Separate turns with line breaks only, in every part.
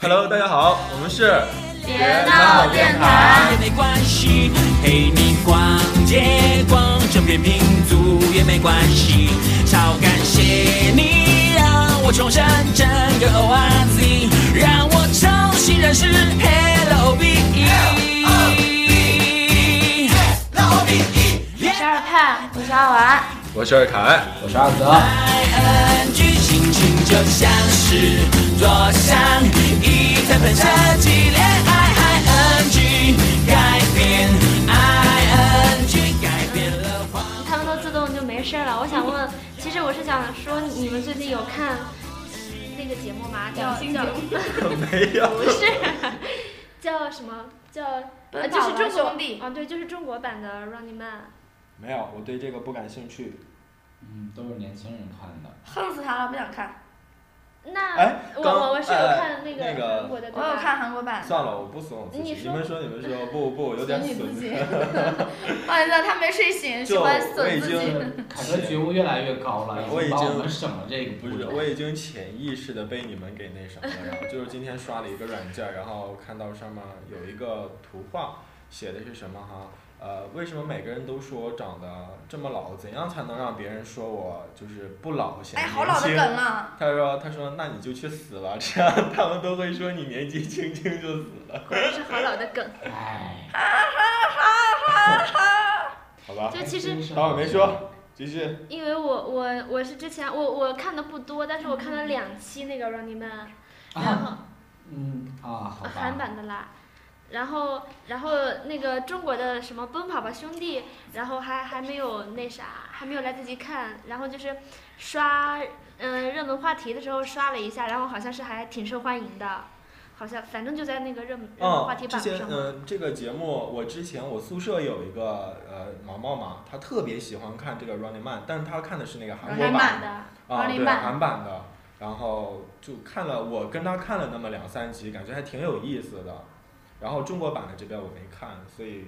Hello，大家好，我们是
别闹电台
也没关系，陪你逛街逛整片民族也没关系，超感谢你让我重生整个 ORZ，让我重新认识 Hello B E。
我是二派，我是阿玩，
我是尔凯，
我是阿泽，
爱 NG 心情就像是坐上一台喷射机，恋爱 ING 改变 ING 改变了话。
他们都自动就没事了。我想问，其实我是想说，你们最近有看那个节目吗？叫叫
没有，
不 是啊叫什么叫？呃，就是中国啊，对，就是中国版的 Running Man。
没有，我对这个不感兴趣。
嗯，都是年轻人看的。
恨死他了，不想看。
那
哎
我
刚
我我是有
哎
看那
那
个
个
韩国的，对
我有
吧？
看韩国版的，
算了，我不损我自己。
你
你
说
们说，你们说，不不，我有点
损你自 己
损。。
哇塞，他没睡醒，喜
就
欢
我
损
已
自己。
经，
凯哥 觉悟越来越高了，
我已
经把
经
我们省了这个
不
步
是，
骤。
我已经潜意识的被你们给那什么了。然后就是今天刷了一个软件儿，然后看到上面有一个图画，写的是什么哈？呃，为什么每个人都说我长得这么老？怎样才能让别人说我就是不老显
哎，
年轻？
好老的梗啊！
他说：“他说那你就去死吧，这样他们都会说你年纪轻轻就死了，
果然是好老的梗。
哎，
好吧
就其实
真是
当我没说。”继续。
因为我我我是之前我我看的不多，但是我看了两期那个 Running Man，然后
啊，嗯啊，好
呃韩
吧。
版的啦。然后，然后那个中国的什么《奔跑吧兄弟》，然后还还没有那啥，还没有来得及看。然后就是刷嗯、呃热门话题的时候刷了一下，然后好像是还挺受欢迎的，好像反正就在那个热门热门话
嗯，
题
之
榜
前
上
嗯、
嘛。
这个节目我之前我宿舍有一个呃毛毛嘛，他特别喜欢看这个 Running Man，但是他看的是那个韩国版
Running 慢
的，
啊，
Running
对
Man
韩版的，然后就看了，我跟他看了那么两三集，感觉还挺有意思的。然后中国版的这边我没看，所以，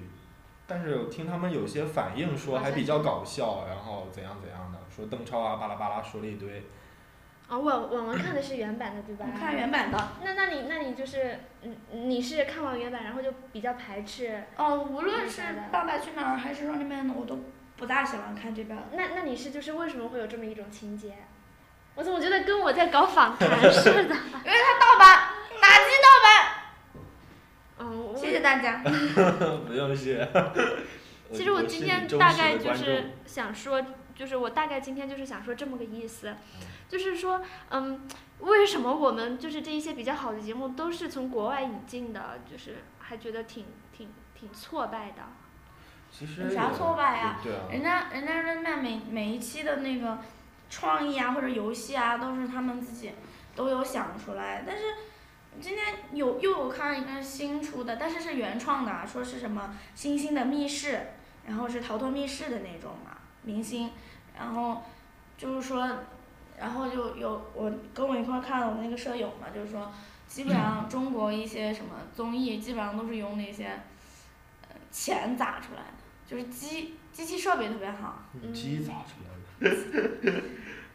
但是听他们有些反应说还比较搞笑，然后怎样怎样的，说邓超啊巴拉巴拉说了一堆。
啊、哦，网网文看的是原版的对吧？
我看原版的。
那那你那你就是嗯你是看完原版，然后就比较排斥。
哦，无论是《爸爸去哪儿》还是《Running Man》，我都不大喜欢看这边。
那那你是就是为什么会有这么一种情节？我怎么觉得跟我在搞访谈似 的？
因为它盗版，打击盗
嗯，我
版。谢谢大家。
不用谢。 呃
其实我今天
是你
大概
忠实的
就
观众
是想说，就是我大概今天就是想说这么个意思，就是说，嗯，为什么我们就是这一些比较好的节目都是从国外引进的，就是还觉得挺挺挺挫败的。
其实
有啥挫败呀
对啊，
人家人家 Running Man 每每一期的那个创意啊或者游戏啊，都是他们自己都有想出来。但是今天有又有看一个新出的，但是是原创的啊，说是什么星星的密室，然后是逃脱密室的那种嘛，明星，然后就是说，然后就有我跟我一块儿看的我那个舍友嘛，就是说。基本上中国一些什么综艺，基本上都是用那些，呃，钱砸出来的，就是机机器设备特别好。
嗯
鸡咋出来 的？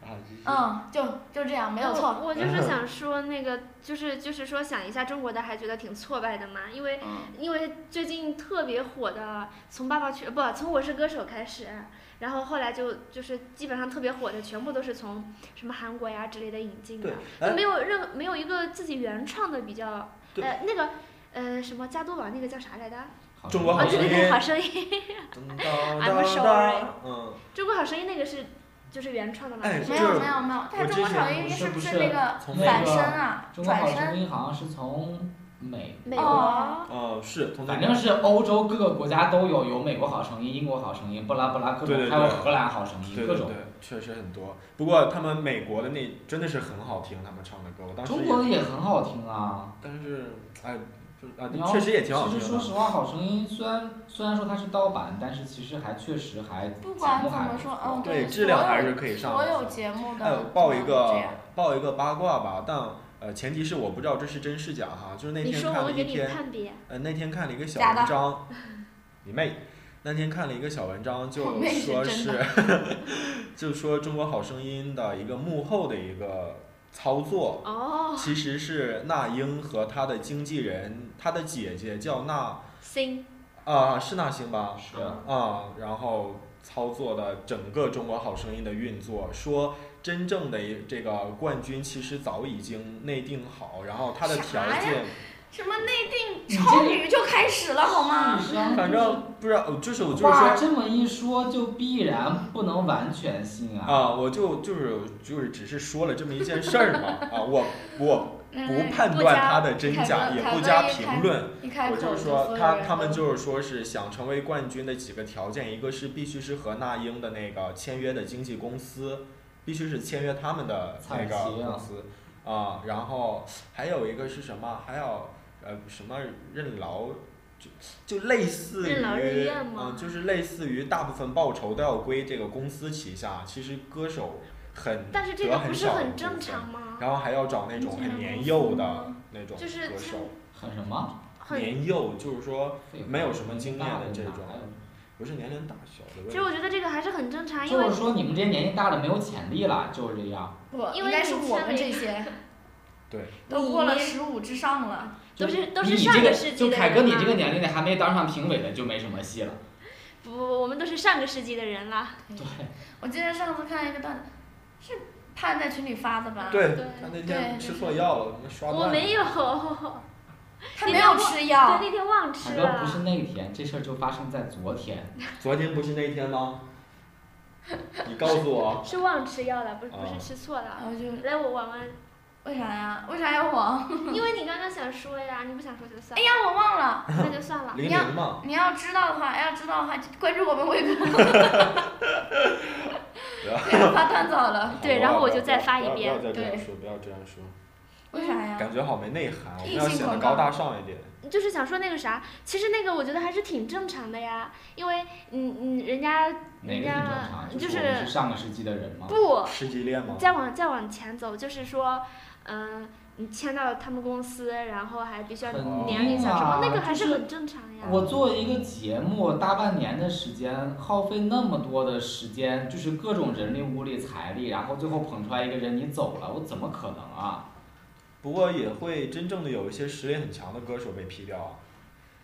啊，这是
嗯，就就这样，没有错。
我我就是想说那个，就是就是说想一下中国的，还觉得挺挫败的嘛，因为
嗯，
因为最近特别火的，从《爸爸去》不从《我是歌手》开始，然后后来就就是基本上特别火的，全部都是从什么韩国呀之类的引进的
对，
就
哎
没有任没有一个自己原创的比较，
对
呃，那个呃什么加多宝那个叫啥来着？
好
中国
啊，
好
对
声
对
音
对，好声音，
噔当
I'm
当
sorry
当，嗯，
中国好声音 那个是就是原创的嘛？
哎
是
没
就
有
是
没有没有，
我
他中
之
国
前
好声
我
音
是
是
不
不
是
是那个
从那
反
个
身啊？
中国好
转身。
声音好像是从美，
美国、
哦，
哦，是从那
反
个
正是欧洲各个国家都有，有美国好声音、英国好声音、布拉布拉各
对对
种，
对
还有荷兰好声音，
对
嗯各
对
种
对。，确实很多。不过他们美国的那真的是很好听，他们唱的歌，我当时
中
也
国的也很好听啊，
但是哎，就是啊
你要，
确实也
其
挺好听
实说
的。
实话，好声音虽然虽然说它是盗版，但是其实还确实还
不管
节目
怎
还
么
不
说
错，
嗯，
对，
对，
质量
所有
还是可以上
所
的。
有节目
还有
的
报一
都这
个
样
报一个八卦吧，但呃前提是我不知道这是真是假哈，就是那
你
天
说
看
我
了
会
一
给你
篇
判别，
呃，那天看了一个小
假的
文章，你妹！那天看了一个小文章，
我
就
妹是
说
真
是，就说《中国好声音》的一个幕后的一个操作，
哦
其实是那英和她的经纪人，她的姐姐叫那
，sing，
啊、是那星吧？
是
啊、然后操作了整个《中国好声音》的运作，说真正的一这个冠军其实早已经内定好，然后他的条
啥呀
件，
什么内定
你
超
这
女就开始了好吗？
反正不是，呃就是我就是
话
说。
这么一说，就必然不能完全信啊。
啊、我就就是就是只是说了这么一件事儿嘛，啊，我我
嗯
不判
不
断
加
它的真
凯
假，
文
也
凯
不
文
加
也凯
评论，
一开
我
口
就是
所有
说，他
人
他们
嗯
都
就是说是想成为冠军的几个条件，一个是必须是和那英的那个签约的经纪公司，必须是签约他们的那
彩
个
旗啊
公司啊、然后还有一个是什么？还有呃什么任劳。就就类似于，
任劳任怨
嗯、
吗
就是类似于大部分报酬都要归这个公司旗下。其实歌手很，
但是这
得
个不
很
是
少的
很
部
正
分
常吗？
然后还要找那种很年幼的那种
就
歌
是
手，
很什么？
很，
年幼就是说
废话
没有什么经验的这种
哪还有
不是年龄大小的问
其
题
实。我觉得这个还是很正常，啊因
就
为
是说你们这些年纪大的没有潜力了，就是这样。
不，
因
应
为
该是
你
我
上
们
了
这些
对，
都
你
过了十五之上了。
就
都是都
你
是
这
上
个
个世纪
就
的
凯哥，
人
你
嘛
这个年龄的还没当上评委的就没什么戏了。
不不不，我们都是上个世纪的人了。
对，
我记得上次看一个段子，是盼在群里发的吧？，
对
对
他那
对
天吃错药了，什么刷
我
断
没
了。
有， 对
他
你
没
不要
有
忘
吃药。
那天忘
凯
吃
哥
了
不。是那天，这事儿就发生在昨天。
嗯
昨天不是那天吗？你告诉 我，
是忘吃药了，不是不
啊
是吃错
然
了。
后就
来，我玩玩，
为啥呀？为啥要我？
因为你刚刚想说呀，你不想说就算
哎
了，
呀，我忘了。
那就算了。
零零嘛，
你要知道的话，要知道的话，关注我们微博。对，发段子好了。
对
好
然后
不
我
要
就再发一遍
不要不要不要再这样
对
说，不要这样说，
为啥呀？
感觉好没内涵，啊我们
异
要
性
显得
广
高
告
大上一点。
就是想说那个啥，其实那个我觉得还是挺正常的呀，因为嗯嗯，人家
哪
人
个挺正
家
常？就
就是
我们是上个世纪的人吗？
不
世纪恋吗？
再往再往前走，就是说，嗯、你签到他们公司，然后还必须要
很
年龄
低
小什
啊
么，那个还
就是
很正常呀。
我做一个节目，大半年的时间，耗费那么多的时间，就是各种人力、物力、财力，然后最后捧出来一个人，你走了，我怎么可能啊？
不过也会真正的有一些实力很强的歌手被批掉啊，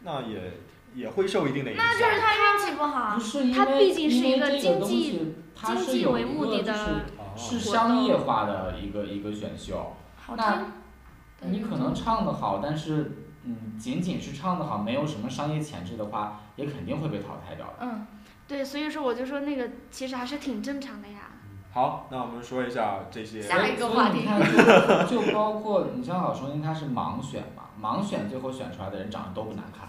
那也也会受一定的影响。
那就是他运气不好
不。是因为
它啊毕竟是
因为
一个
这
经
东
济
西，它
经
是
济
有
为
一
目
个
的
就
的
哦
是是
活
商
动
业化的一个一个选秀。
好
那
听。对
你可能唱得好，但是嗯，仅仅是唱得好，没有什么商业潜质的话，也肯定会被淘汰掉的。
嗯，
对，所以说我就说那个其实还是挺正常的呀。
好，那我们说一下这些。
下一个话题
所以你看就，就包括你像好声音，它是盲选嘛，盲选最后选出来的人长得都不难看。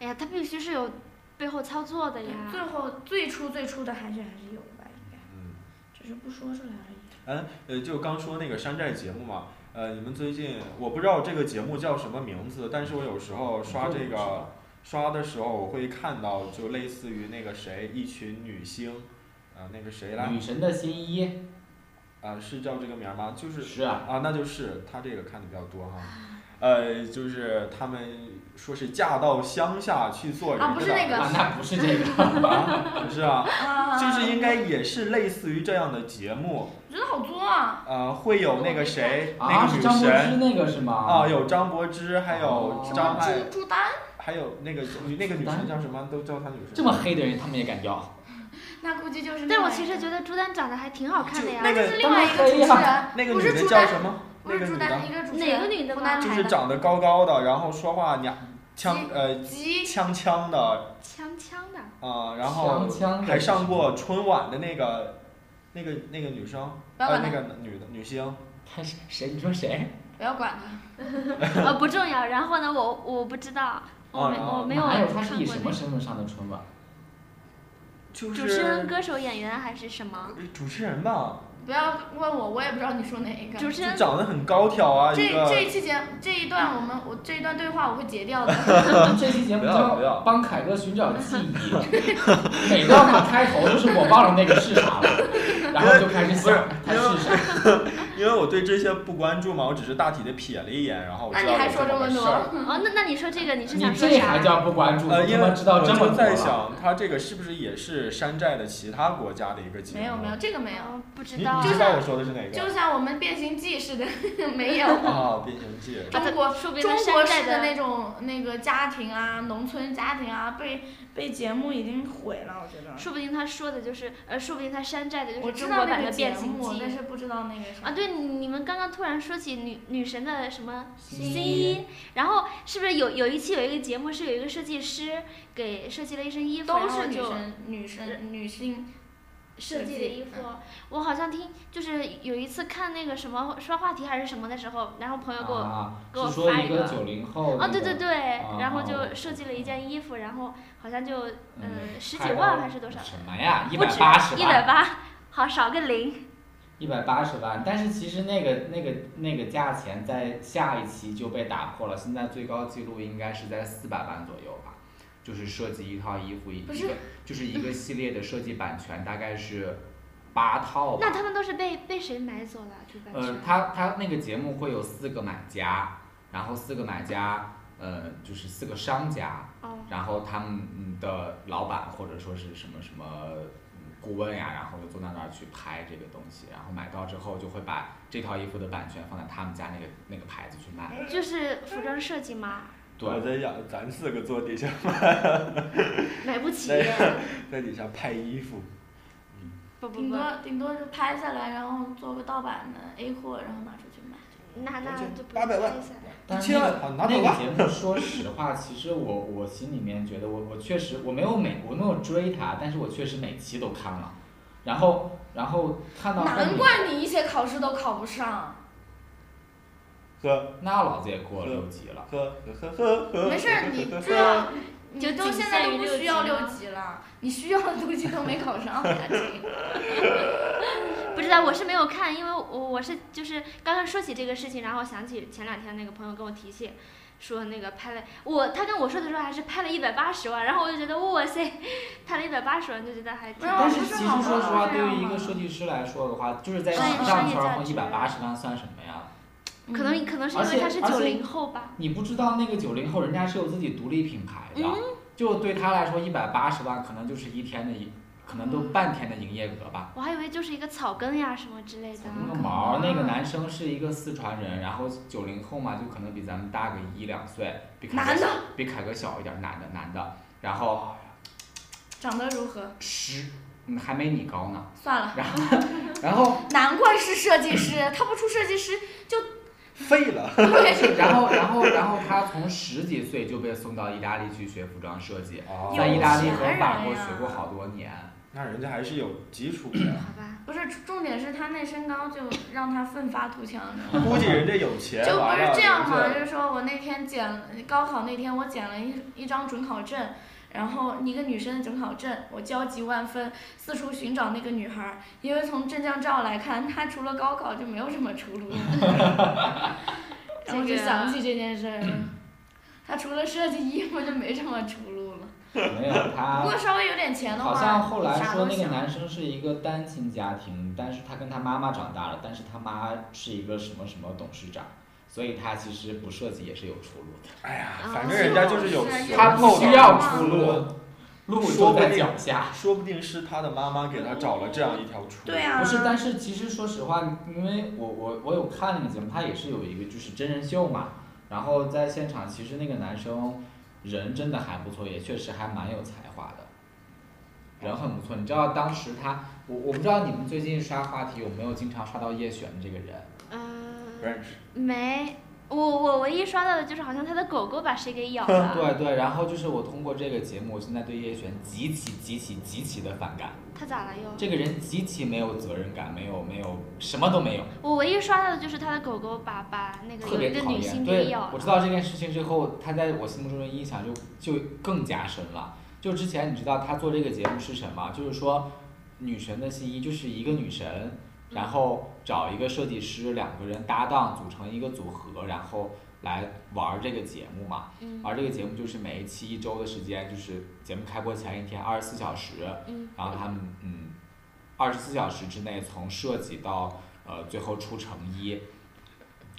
哎呀，他必须是有背后操作的呀。
最后最初最初的还是还是有的吧，应该
嗯
只是不说出来而已。
呃，就刚说那个山寨节目嘛，呃，你们最近我不知道这个节目叫什么名字，但是我有时候刷这个刷的时候，我会看到就类似于那个谁，一群女星，呃，那个谁来，
女神的新衣
啊，是叫这个名儿吗？就是
是啊，
啊，那就是他这个看的比较多哈。呃，就是他们说是嫁到乡下去做人
啊不是
的
那个
啊那不是 这个，
啊不是 啊，
啊
就是应该也是类似于这样的节目，
我觉得好作啊！
呃，会有那个谁，那
啊
个
是
女
张柏
神，
芝那个是吗？
啊，有张柏芝，还有
哦
张艾，
朱朱丹，
还有那个女那个女生叫什么？都叫她女神。
这么黑的人他们也敢要？
那估计就是另
但我
外一
其实
个
觉得朱丹长得还挺好看的呀。
就
那
那
就是
个
另外一个主持
当
人，
那个
不
女
是
的
朱
叫
丹
什么？
不
那
是
个
朱
女
丹，
的，
一个主持人，
哪个女的
湖
吗
南？
就是长得高高的，然后说话娘腔呃
吉
腔腔的啊、
强强的，
呃然后
锵锵的
还上过春晚的那个那个那个女生，
不要
呃
管
那
他，
个女的女星，
他是谁？你说谁？
不要管他，
呃，不重要。然后呢，我我不知道，我
哦
没
然
我没有
哪
看
有
过
他是以什么
那个
身份上的 春晚？
就
主持人、
是呃
歌手、演员还是什么？
主持人吧，
不要问我，我也不知道你说哪一个。
主持
就
人
长得很高挑啊，
这
一
这
个
一期节这一段我们我这一段对话我会截掉的，
这期节目
不要不要
叫帮凯哥寻找 记忆，每到他开头就是我忘了那个是啥了，然后就开始想他是啥。
因为我对这些不关注嘛，我只是大体的瞥了一眼，然 后我
那
知
啊
道
你
有
还
这
说这
么
么
个事
多
儿。？
哦，那那你说这个你是
你
想说
这还
啥？
叫不关注？
呃，
你
因
怎
为
么知道这么
我
多
就在
了
想，它这个是不是也是山寨的其他国家的一个节目？
没有没有，，这个没有，
哦，不知
你
道
你。知道我说的是哪个？
就像我们《变形记》似的， 没有。
啊，《变形记》
啊
中国
说不定
中
它
国
山寨
式的
的
那种那个家庭啊，农村家庭啊，被被节目已经毁了，我觉得。
说不定他说的就是，呃，说不定他山寨的就
我
是
知
中
道
国
那
版
个
的
节
变形
目，但
记。
是不知道那个什么。
啊，对，你你们刚刚突然说起女女神的什么
新
新
衣
衣，然后是不是有有一期有一个节目是有一个设计师给设计了一身衣服，
都
然后
是女
就
生，女生，女性
设
设
计的
计
衣服。我好像听就是有一次看那个什么刷话题还是什么的时候，然后朋友给我
啊？
给我
是说
发
一
一
个哦
个
九零后
啊，对
那
对
个
对，然后
哦
就设计了一件衣服，然后好像就嗯十
拍
几
到
万还是多少，
什么呀？一
不
百
止
八十
一
万，
百八，好少个零。
一百八十万。但是其实那个那个那个价钱在下一期就被打破了，现在最高记录应该是在四百万左右吧。就是设计一套衣服，一
不是
个就是一个系列的设计版权，大概是八套吧。
那他们都是被被谁买走了？这版
哦呃
权，？
他他那个节目会有四个买家，然后四个买家，呃，就是四个商家，
哦，
然后他们的老板或者说是什么什么嗯顾问呀，然后就坐到那儿去拍这个东西，然后买到之后就会把这套衣服的版权放在他们家那个那个牌子去
哎
卖。
就是服装设计嘛，
我
对，
在想，咱四个坐底下，
买不起。
在底下拍衣服，
不不
顶
不，
多顶多是拍下来，然后做个盗版的 A 货，然后拿出去卖。
那那就不
八百万
用猜一猜
但
一
是
千
那
万
个，
好拿
那
走
个
吧。
节目，说实话，其实我我心里面觉得我，我确实我没有每我没有追它，但是我确实每期都看了，然后然后看到后
难
面
怪你一些考试都考不上。
呵
那老子也过了六级了。
呵呵呵呵。
没事儿，你
呵呵
这样，你
就
都
仅
现在
限
都
于
不
六
需
级
要
吗
六级了，你需要的东西都没考上呀，亲。
不知道，我是没有看，因为我我是就是刚刚说起这个事情，然后想起前两天那个朋友跟我提起，说那个拍了我，他跟我说的时候还是拍了一百八十万，然后我就觉得哇塞，拍了一百八十万就觉得还挺
没有
但是
不
其
是
实
好
说实话，
吗
对于一个设计师来说的话，就是在时
商业
尚圈
商业
混
价
一
值
百八十万算什么呀？
可
嗯
能可能是
而
因为
且
他是
而且
九零后吧，
你不知道那个九零后，人家是有自己独立品牌
嗯
的，就对他来说，一百八十万可能就是一天的营，可能都半天的营业额吧。
我还以为就是一个草根呀什么之类的。
那个毛，那个
啊
男生是一个四川人，然后九零后嘛，就可能比咱们大个一两岁，比凯
男
哥
的
比凯哥小一点，男的男的，然后
长得如何？
十，嗯，还没你高呢，
算了，
然后
难怪是设计师，他不出设计 师，
废了。
对，然后然后然后他从十几岁就被送到意大利去学服装设计，在意大利和法国学过好多年。
啊那人家还是有基础的，
好吧，
不是重点是他那身高就让他奋发图强，你知道吗
估计人家有钱。
就不
完了
是这样嘛，
人
就
家
是说我那天捡高考那天我捡了一一张准考证，然后一个女生的准考证，我焦急万分，四处寻找那个女孩儿，因为从证件照来看，她除了高考就没有什么出路。 然后就想起这件事儿了，她除了设计衣服就没什么出路了。
没有
不过
他，
稍微有点钱的话，
好像后来
啥
说
都
那个
行
男生是一个单亲家庭，但是他跟他妈妈长大了，但是他妈是一个什么什么董事长，所以他其实不设计也是有出路的。
哎呀，
啊
反正人家就是有
是啊
钱。
他
不
需要出路，路
说
就
不
在
定
脚下。
说不定是他的妈妈给他找了这样一条出路。
对啊，
不是，但是其实说实话，因为我我我有看那个节目，它也是有一个就是真人秀嘛，然后在现场，其实那个男生人真的还不错，也确实还蛮有才华的，人很不错。你知道当时他，我我不知道你们最近刷话题有没有经常刷到叶璇这个人，
不
嗯，
认识。
没，我我唯一刷到的就是好像他的狗狗把谁给咬 了。
对对，然后就是我通过这个节目，我现在对叶璇极其极其极其的反感，
他咋了又？
这个人极其没有责任感，没有没有什么都没有。
我唯一刷到的就是他的狗狗把把那个
特
有一
别
个
讨
女
厌。
星
对
给咬，
我知
了。
道这件事情之后，他在我心目中的印象就就更加深了。就之前你知道他做这个节目是什么？就是说，女神的新衣就是一个女神，然后找一个设计师，两个人搭档组成一个组合，然后来玩儿这个节目嘛。
嗯
玩儿这个节目就是每一期一周的时间，就是节目开播前一天二十四小时，
嗯
然后他们嗯，二十四小时之内从设计到呃，最后出成衣，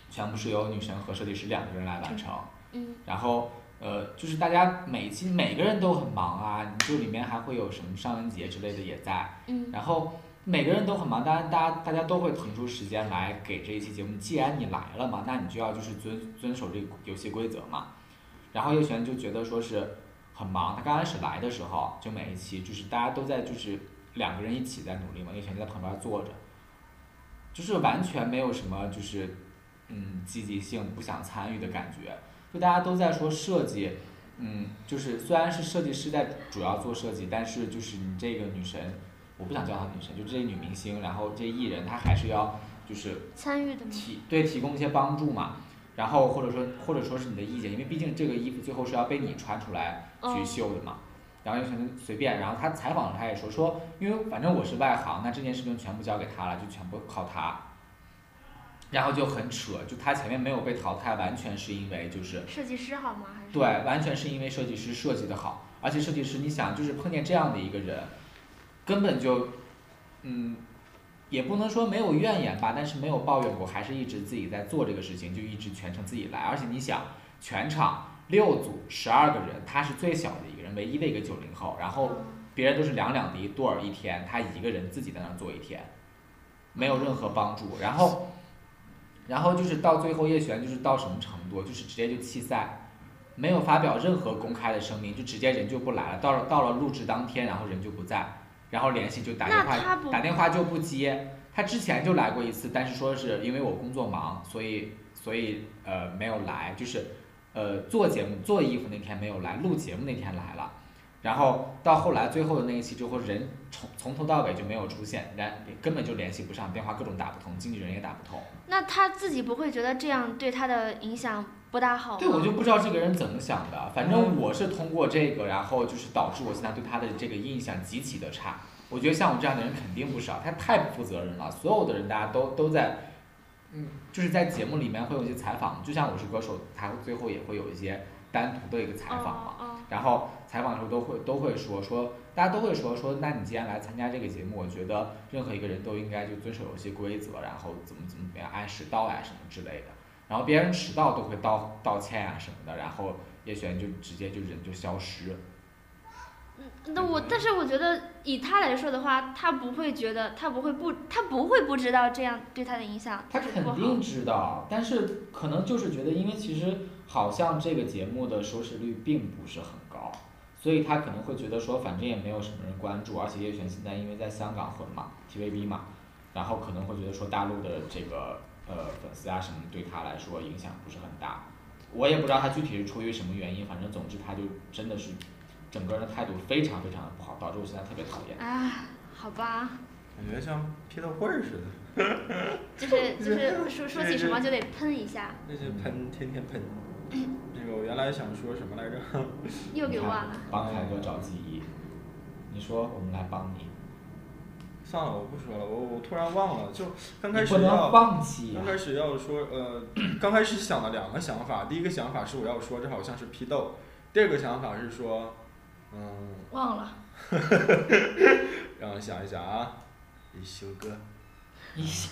全部是由女神和设计师两个人来完成。
嗯，
然后呃，就是大家每一期每个人都很忙啊，你就里面还会有什么上元节之类的也在，
嗯，
然后每个人都很忙，当然大家大家都会腾出时间来给这一期节目。既然你来了嘛，那你就要就是遵遵守这个游戏规则嘛。然后叶璇就觉得说是很忙，他刚开始来的时候，就每一期就是大家都在就是两个人一起在努力嘛，叶璇就在旁边坐着，就是完全没有什么就是嗯积极性，不想参与的感觉。就大家都在说设计，嗯，就是虽然是设计师在主要做设计，但是就是你这个女神，我不想叫她女神，就这些女明星，然后这艺人，她还是要就是
参与的吗？
提对提供一些帮助嘛，然后或者说或者说是你的意见，因为毕竟这个衣服最后是要被你穿出来去
哦
绣的嘛。然后就全随便，然后他采访他也说说，因为反正我是外行，那这件事情全部交给他了，就全部靠他。然后就很扯，就他前面没有被淘汰，完全是因为就是
设计师好吗？还是
对，完全是因为设计师设计的好，而且设计师，你想，就是碰见这样的一个人，根本就，嗯，也不能说没有怨言吧，但是没有抱怨过，还是一直自己在做这个事情，就一直全程自己来。而且你想，全场六组十二个人，他是最小的一个人，唯一的一个九零后，然后别人都是两两的一对儿一天，他一个人自己在那儿做一天，没有任何帮助。然后，然后就是到最后叶璇就是到什么程度，就是直接就弃赛，没有发表任何公开的声明，就直接人就不来了。到了到了录制当天，然后人就不在，然后联系就打电
那他
话
不
打电话就不接。他之前就来过一次，但是说是因为我工作忙，所以所以呃没有来，就是呃做节目做衣服那天没有来，录节目那天来了。然后到后来最后的那一期之后，人从从头到尾就没有出现，然根本就联系不上，电话各种打不通，经纪人也打不通。
那他自己不会觉得这样对他的影响不大好吗？嗯
对，我就不知道这个人怎么想的，反正我是通过这个，然后就是导致我现在对他的这个印象极其的差。我觉得像我这样的人肯定不少，他太不负责任了。所有的人大家都都在，嗯，就是在节目里面会有一些采访，就像《我是歌手》，他最后也会有一些单独的一个采访嘛。
哦
然后采访的时候都会都会说说，大家都会说说，那你既然来参加这个节目，我觉得任何一个人都应该就遵守游戏规则，然后怎么怎么怎么样，按时到呀什么之类的。然后别人迟到都会道道歉呀、什么的，然后叶璇就直接就人就消失。
哦那我，但是我觉得以他来说的话，他不会觉得，他不会不，他不会不知道这样对他的影响
他
就是
肯
不好
定。知道，但是可能就是觉得，因为其实好像这个节目的收视率并不是很高，所以他可能会觉得说，反正也没有什么人关注，而且叶璇现在因为在香港混嘛，TVB 嘛，然后可能会觉得说大陆的这个呃粉丝啊什么对他来说影响不是很大，我也不知道他具体是出于什么原因，反正总之他就真的是整个人的态度非常非常的不好，导致我现在特别讨厌。
啊，好吧，
感觉像披头棍儿似的，
就是就是说说起什么就得喷一下，
那些
嗯
喷天天喷。 那个我原来想说什么来着？
又给忘了。
帮凯哥找记忆，你说我们来帮你。
算了，我不说了，我我突然忘了，就刚开
你
始
不能
要
放弃啊
刚！开始要说，呃， 刚开始想了两个想法，第一个想法是我要说这好像是批斗，第二个想法是说，嗯，
忘了，
让我想一想啊，一休哥，
你想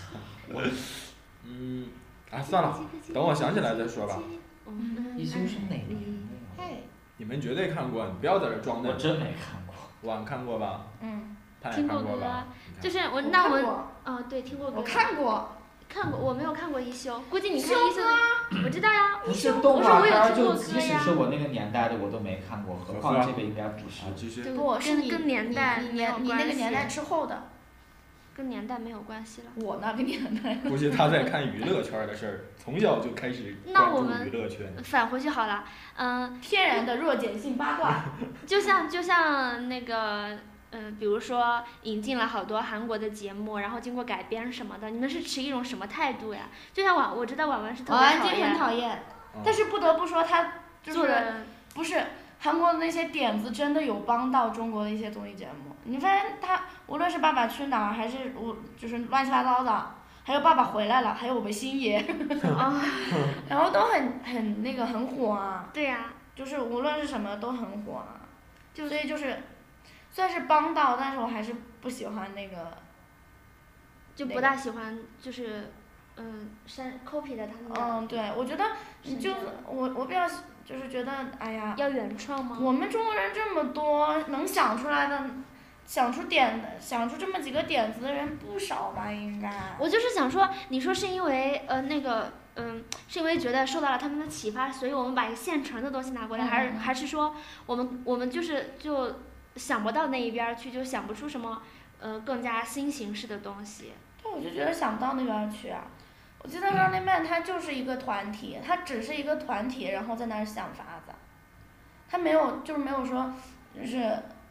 嗯，啊，算了，等我想起来再
嗯
说吧。
一休是
嗯
哪年的呀？
你们绝对看过，你不要在这装
我
嫩。
真没看过。
晚看过吧？
嗯，
潘也
听
看
过
过吧嗯
歌？，就是我
我
那
看
我
过，
哦对听过歌，
我看过，
看过，我没有看过一休，估计你看
一休
一休的，我知道呀，
不
一
是
休，
动
我说
画
我
片
有
儿，
听过
就
歌
即使
呀
是，我那个年代的我都没看过，何况这个应该不是
啊，。继续。
对
不是
跟
你
跟年代
你
没
年
有
你那个
关
年
系
代之后的，
跟年代没有关系了。
我那个年代，
估计他在看娱乐圈的事儿，从小就开始
那
关
我
注
们
娱乐圈。
返回去好了，嗯，
天然的弱碱性八 卦，
就像就像那个。嗯，比如说引进了好多韩国的节目，然后经过改编什么的，你们是持一种什么态度呀？就像婉，我知道婉婉是特
我
别
安
讨
静很
厌
讨厌
嗯，
但是不得不说，他就
做
是
的
不是韩国的那些点子真的有帮到中国的一些综艺节目。你发现他无论是《爸爸去哪儿》，还是我就是乱七八糟的，还有《爸爸回来了》，还有我们星爷，
啊，
然后都很很那个很火啊，
对呀、
就是无论是什么都很火啊。
就
所以就是虽然是帮到，但是我还是不喜欢那个
就不大喜欢，就是嗯删 copy 的他们的，
嗯，对，我觉得你就
神经
我我比较就是觉得，哎呀，
要原创吗？
我们中国人这么多，能想出来的，想出点的，想出这么几个点子的人不少吧，应该。
我就是想说，你说是因为呃那个嗯，是因为觉得受到了他们的启发，所以我们把一个现成的东西拿过来，还是
嗯
还是说我们我们就是就想不到那一边儿去，就想不出什么呃更加新形式的东西。
对，我就觉得想不到那边儿去啊。我记得 Running Man 它就是一个团体，它只是一个团体，然后在那儿想法子，它没有就是没有说就是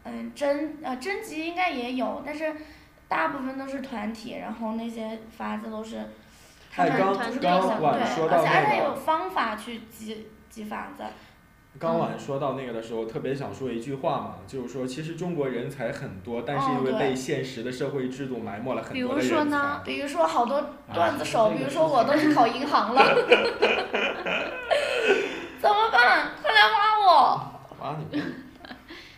嗯征呃征集应该也有，但是大部分都是团体，然后那些法子都是他
哎，
们
刚
团队
刚
想
晚
对，
说
而
到
且而且有
那个，
方法去集集法子，
刚晚说到那个的时候，特别想说一句话嘛，就是说，其实中国人才很多，但是因为
哦对
被现实的社会制度埋没了很
比
多
如
的
说
人
呢
才。
比如说好多段子
啊
手，
这
比
个
如
是
说我都去考银行了， 怎么办？快来挖我！
挖你，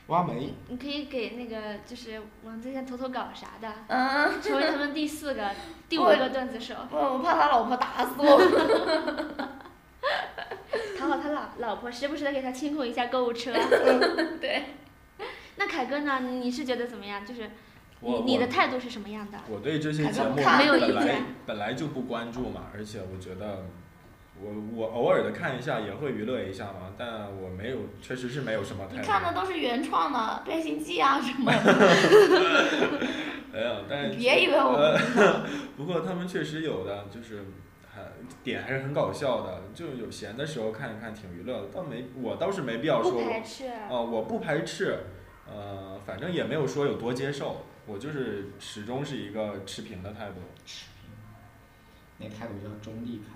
挖煤。
你可以给那个就是王自健投投稿啥的，
嗯，
成为他们第四个、第五
我
个段 子手。
我我怕他老婆打死我。
讨好他老老婆，时不时的给他清空一下购物车。
嗯 对，
那凯哥呢？你是觉得怎么样？就是你
我
你的
我
态度是什么样的？
我对这些节目
看
没有
本
意
来
见
本来就不关注嘛，而且我觉得我我偶尔的看一下也会娱乐一下嘛，但我没有，确实是没有什么
你
太
看
大
的
的。
都是原创的《变形记》啊什么的，
没有，但是
别以为我们
哎 呃，不过他们确实有的就是还点还是很搞笑的，就有闲的时候看一看挺娱乐的，倒没我倒是没必要说
不
我
排斥。
呃，我不排斥，呃，反正也没有说有多接受，我就是始终是一个持平的态度。
那态度叫中立态度。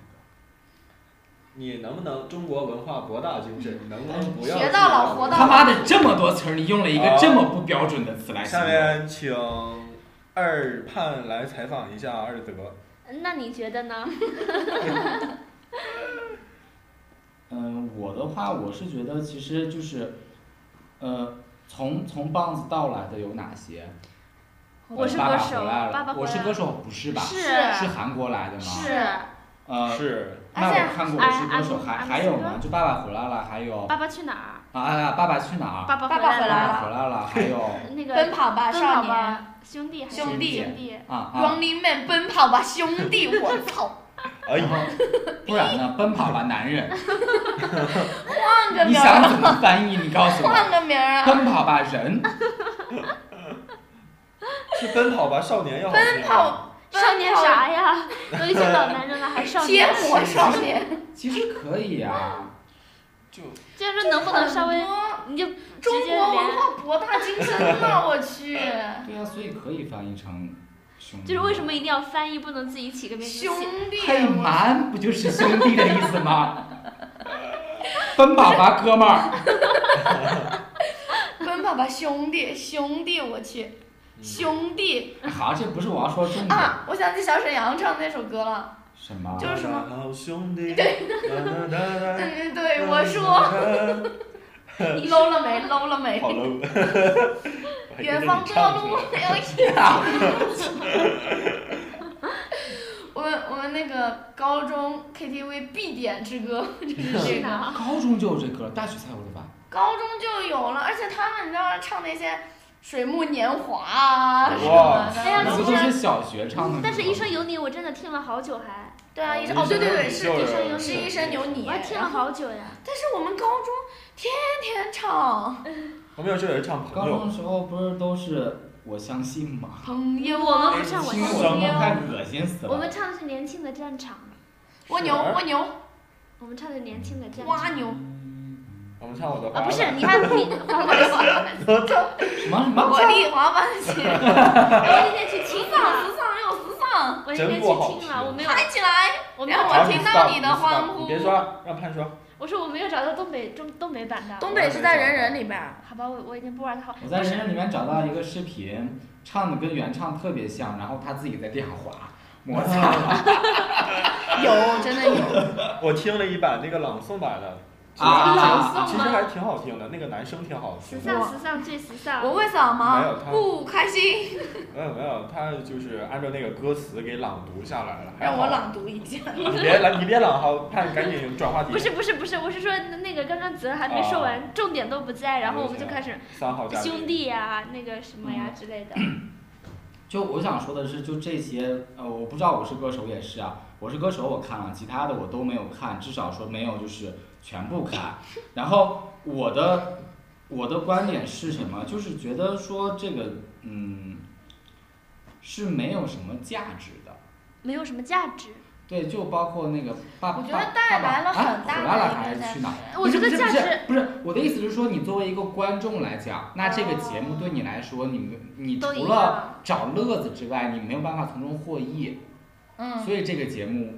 你能不能中国文化博大精深？你能不能不要
嗯学到老活
活
到
他妈的这么多词儿，你用了一个这么不标准的词来形
下
容。
面请二盼来采访一下二德。
那你觉得呢？
嗯，我的话，我是觉得其实就是，呃，从从棒子到来的有哪些？
我是
爸
歌
爸
手
回来了，
爸爸回
我是
来
歌
了
手，不是吧？
是
是韩国来的吗？
是
呃，
是
那
而且
我看过《我是歌手》，
I'm-
还
I'm
还有呢，就《爸爸回来了》，还有
爸
啊
爸去哪儿？
啊，《爸爸去哪儿》，
爸爸
爸
回
爸
来
回
爸
来
爸
了
回来了，还 有
那个
奔跑吧
奔
少
跑
年
吧兄弟还是
兄弟
兄弟？
啊啊，
，Running Man，奔跑吧兄弟，我操，
哎
然
呀，
后 不然呢，《奔跑吧男人》，
换个
你
名
想
儿，啊
怎么翻译？你告诉我，
换个名儿
《
啊，
奔跑吧人》
是奔跑吧少年要好听。啊
奔跑
少年
奔跑
啥呀？都一群老男人了，还少
贴
年？
膜少年，
其实可以啊。
就
就是说能不能稍微
很多
你就
中
直接
国文
连？
化博大精深呐，我 去，
对啊呀、所以可以翻译成兄弟。
就是为什么一定要翻译，不能自己起个名字？
兄弟，
嘿蛮不就是兄弟的意思吗？奔跑吧，哥们 儿！
奔跑吧兄弟，兄弟，我去，
嗯
兄弟
好，这不是我要说重点。
啊，我想起小沈阳唱那首歌了，
什么？
就是什么
好兄弟。对。
嗯， 对，我 说。。
嗯
搂了没？搂了没？
好 low。我还跟着
远
你
方陌
唱
路
出来
没有一 我们我们那个高中 KTV 必点之歌就是这
是
个，
呢。
高中就有这歌，大学才有的吧？
高中就有了，而且他们你知道唱那些《水木年华》啊什
哇
么的，
哎呀
那不都是小学唱的吗？
但是《一生有你》我真的听了好久还，
对啊，
哦
一生哦对对对是
就是
一生有
是
是一生有你，
我还听了
然后
好久呀。
但是我们高中天天唱
我们有时候也唱朋
高
友
中。的时候不是都是哎我相信吗？
朋友
我们
啊，
不唱我
听
相
什
信
么
你，
太恶心死
我们
了！
唱的是年轻的战场，
蜗牛蜗牛
我们唱的年轻的战
蜗
场。
牛，
我们唱我的
啊，
花。
不是，你还 你，
什么什么？
我的滑板鞋，
我那天去听了，
时尚又时尚，
我那天去听了，我没有，
嗨起来！
我没有
哎然后
找，
我听到你的欢
你
呼。
别说，让潘说。
我说我没有找到东北中东北版的。
东北是在人人里边啊儿，
好吧，我我已经不玩它好，
我在
不
人人
是，
里面找到一个视频，唱的跟原唱特别像，然后他自己在地上滑摩擦。
有真的有。
我听了一版那个朗诵版的，
啊
朗
其
诵
实还
吗？
挺好听的，那个男声挺好
时
听的。
尚时尚最时尚。
我会扫
没有
盲，
他
不开心，
没有嗯没有，他就是按照那个歌词给朗读下来了。还
让
好
我。朗读一下。
你别朗，你别朗哈，怕赶紧转话题
不。是不是不是，我是说那个刚刚子儿还没说
哦
完，重点都不在，然后我们就开始
三号嘉宾。
兄弟呀、那个什么呀
嗯
之类的。
就我想说的是，就这些，呃，我不知道我是歌手也是啊，我是歌手我看了，其他的我都没有看，至少说没有就是全部看。然后我的我的观点是什么？就是觉得说这个，嗯，是没有什么价值的。
没有什么价值，
对，就包括那个爸爸，
我觉得带来了很大的
啊、回来了
一个
还是去哪儿？
我觉
不
得
是
价值
不是不是我的意思是说，你作为一个观众来讲，那这个节目对你来说，你们你
都一
除
样
了找乐子之外，你没有办法从中获益。
嗯，
所以这个节目，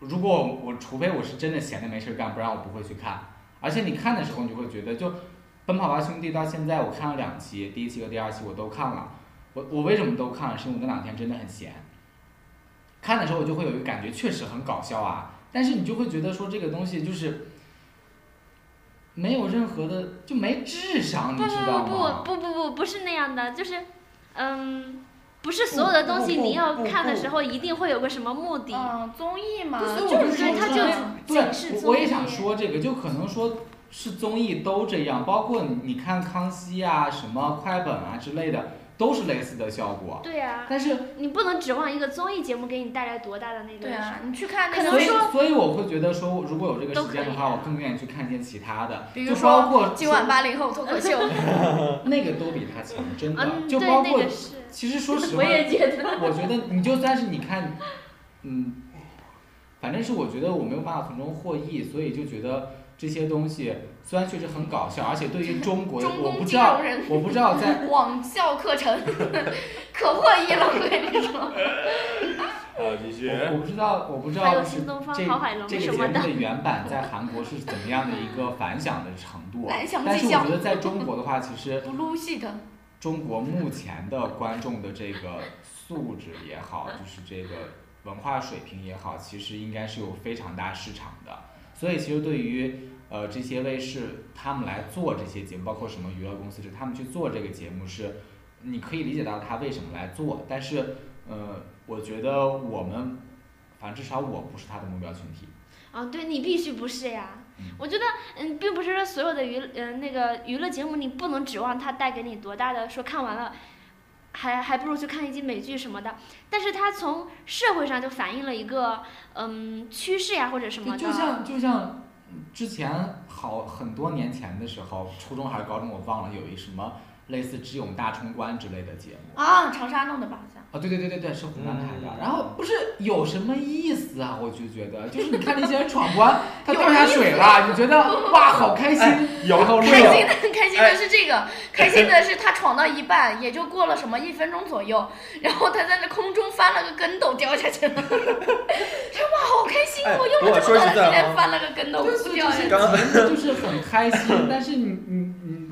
我如果我除非我是真的闲的没事儿干，不然我不会去看。而且你看的时候，你就会觉得，就《奔跑吧兄弟》到现在我看了两期，第一期和第二期我都看了。我我为什么都看了？是因为我那两天真的很闲。看的时候我就会有一个感觉，确实很搞笑啊，但是你就会觉得说这个东西就是没有任何的，就没智商，你
不
知道吗？
不不不不不不是那样的，就是，嗯，不是所有的东西
不不
你要
不
看的
不
时候一定会有个什么目的。
嗯，综艺嘛，
对所以
就
我
是
说
对它
这
就
样
对
警示，
我
综
我也
艺
想说这个，就可能说是综艺都这样，包括你你看康熙啊、什么快本啊之类的，都是类似的效果。
对呀、
但是，
你不能指望一个综艺节目给你带来多大的那个。
对啊，你去看那
可
个，
能
所以
说
所以我会觉得说，如果有这个
都
时间
可
的
以
话，
啊
我更愿意去看一些其他的，
比
就
如
包括
说今晚八零后脱口秀，
那个都比他强，真的，
嗯，
就
对，
包
那
括
个是。
其实说实话，
我也觉得。
我觉得你就算是你看，嗯，反正是我觉得我没有办法从中获益，所以就觉得这些东西虽然确实很搞笑，而且对于中 国的
中
我不
共
知
金
道
融，人
我不知道在
网校课程 可获益了，我跟你说。
呃，继续。
哦
我我不知道我不知
还
道
有
是
新东方
这
郝海龙
这
什
个节
么
目
的
的原版在韩国是怎么样的一个反响的程度
哎
啊
反响，
但是
最
我
小
觉得在中国的话，其实
blue sheet，
中国目前的观众的这个素质也好，就是这个文化水平也好，其实应该是有非常大市场的。所以其实对于呃这些卫视他们来做这些节目，包括什么娱乐公司是他们去做这个节目是，你可以理解到他为什么来做，但是呃，我觉得我们，反正至少我不是他的目标群体。
啊，对你必须不是呀
嗯。
我觉得，嗯，并不是说所有的娱呃那个娱乐节目，你不能指望它带给你多大的说看完了，还还不如去看一集美剧什么的。但是它从社会上就反映了一个嗯趋势呀或者什么
就
的。
就像就像之前好很多年前的时候，初中还是高中我忘了，有一什么类似《智勇大冲关》之类的节目。
啊，长沙弄的吧？好像
啊，对对对对对，是湖南台的。
嗯
然后不是有什么意思啊？我就觉得，就是你看那些人闯 关，他
有哎
掉下水了，你觉得 哇，好开心。
有
然后
开
开
乐
心的，开心
哎
的是这个，开心的是他闯到一半，也就过了什么一分钟左右，然后他在那空中翻了个跟斗掉下去了。 说哇，好开心！
哎
我用了
我
这么
说
大
实
的
在
力量
啊
翻了个跟斗，
对
不
所以
掉
这
下
些
去。
节目就是 很开心，但是你你你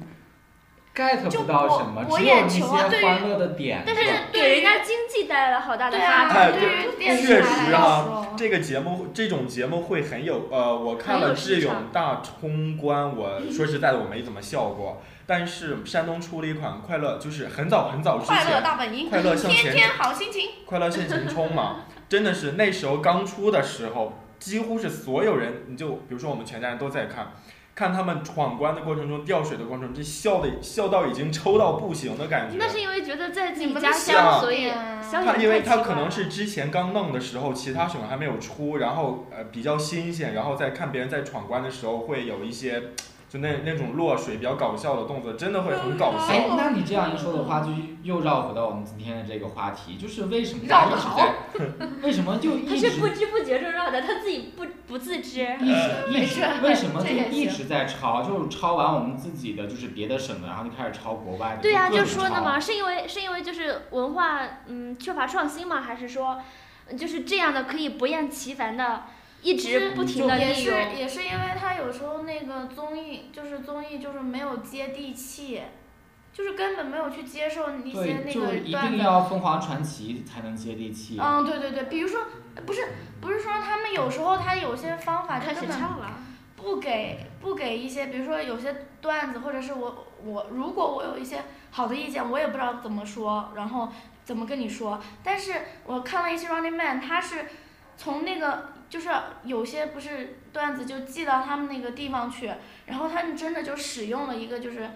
get
就
不到
我
什么，
我
只有
也
那些
求啊对于
欢乐的点。
但是给人家经济带来了好大的
对
发
啊，
展。
哎
对于电视
确
台
实
来
啊
说，，
这个节目这种节目会很有呃，我看
很
了
有
《智
市
勇
场
大冲关》，我说实在的我没怎么笑过，但是山东出了一款快乐，就是很早很早之
快乐
前，
大本营，
快乐向前
天天好心情。
快乐向前冲 嘛，真的是那时候刚出的时候，几乎是所有人，你就比如说我们全家人都在看，看他们闯关的过程中、掉水的过程中，这笑的笑到已经抽到不行的感觉。
那是因为觉得在自己
你们
家
的
笑
乡，所以
点
乡
他
里
因为他
太奇
可
怪
能
了
是之前刚弄的时候，其他省还没有出，然后呃比较新鲜，然后再看别人在闯关的时候会有一些就那那种落水比较搞笑的动作，真的会很搞
哎
嗯
笑。，
那你这样一说的话，就又绕回到我们今天的这个话题，就是为什么
绕得
一直
好
在，为什么就
他
一直
是不知不觉中绕的，他自己不不自知。
一直一
没
直
事
为什么
这
就
也行
一直在抄，就是抄完我们自己的，就是别的省的，然后就开始抄国外的，
对呀、
各
就
种
说呢
抄
嘛，是因为是因为就是文化嗯缺乏创新吗？还是说嗯就是这样的可以不厌其烦的一直不停的
也
利
是
用？
也是因为他有时候那个综艺就是综艺就是没有接地气，就是根本没有去接受一些
对，
那
就是
个
一
段
定
子。哦
要凤凰传奇才能接地气。
嗯，对对对，比如说不是不是说他们有时候他有些方法就
开始
根本
唱了，
不给不给一些，比如说有些段子，或者是我我如果我有一些好的意见，我也不知道怎么说，然后怎么跟你说。但是我看了一些 Running Man，他是从那个就是有些不是段子就寄到他们那个地方去，然后他们真的就使用了一个就是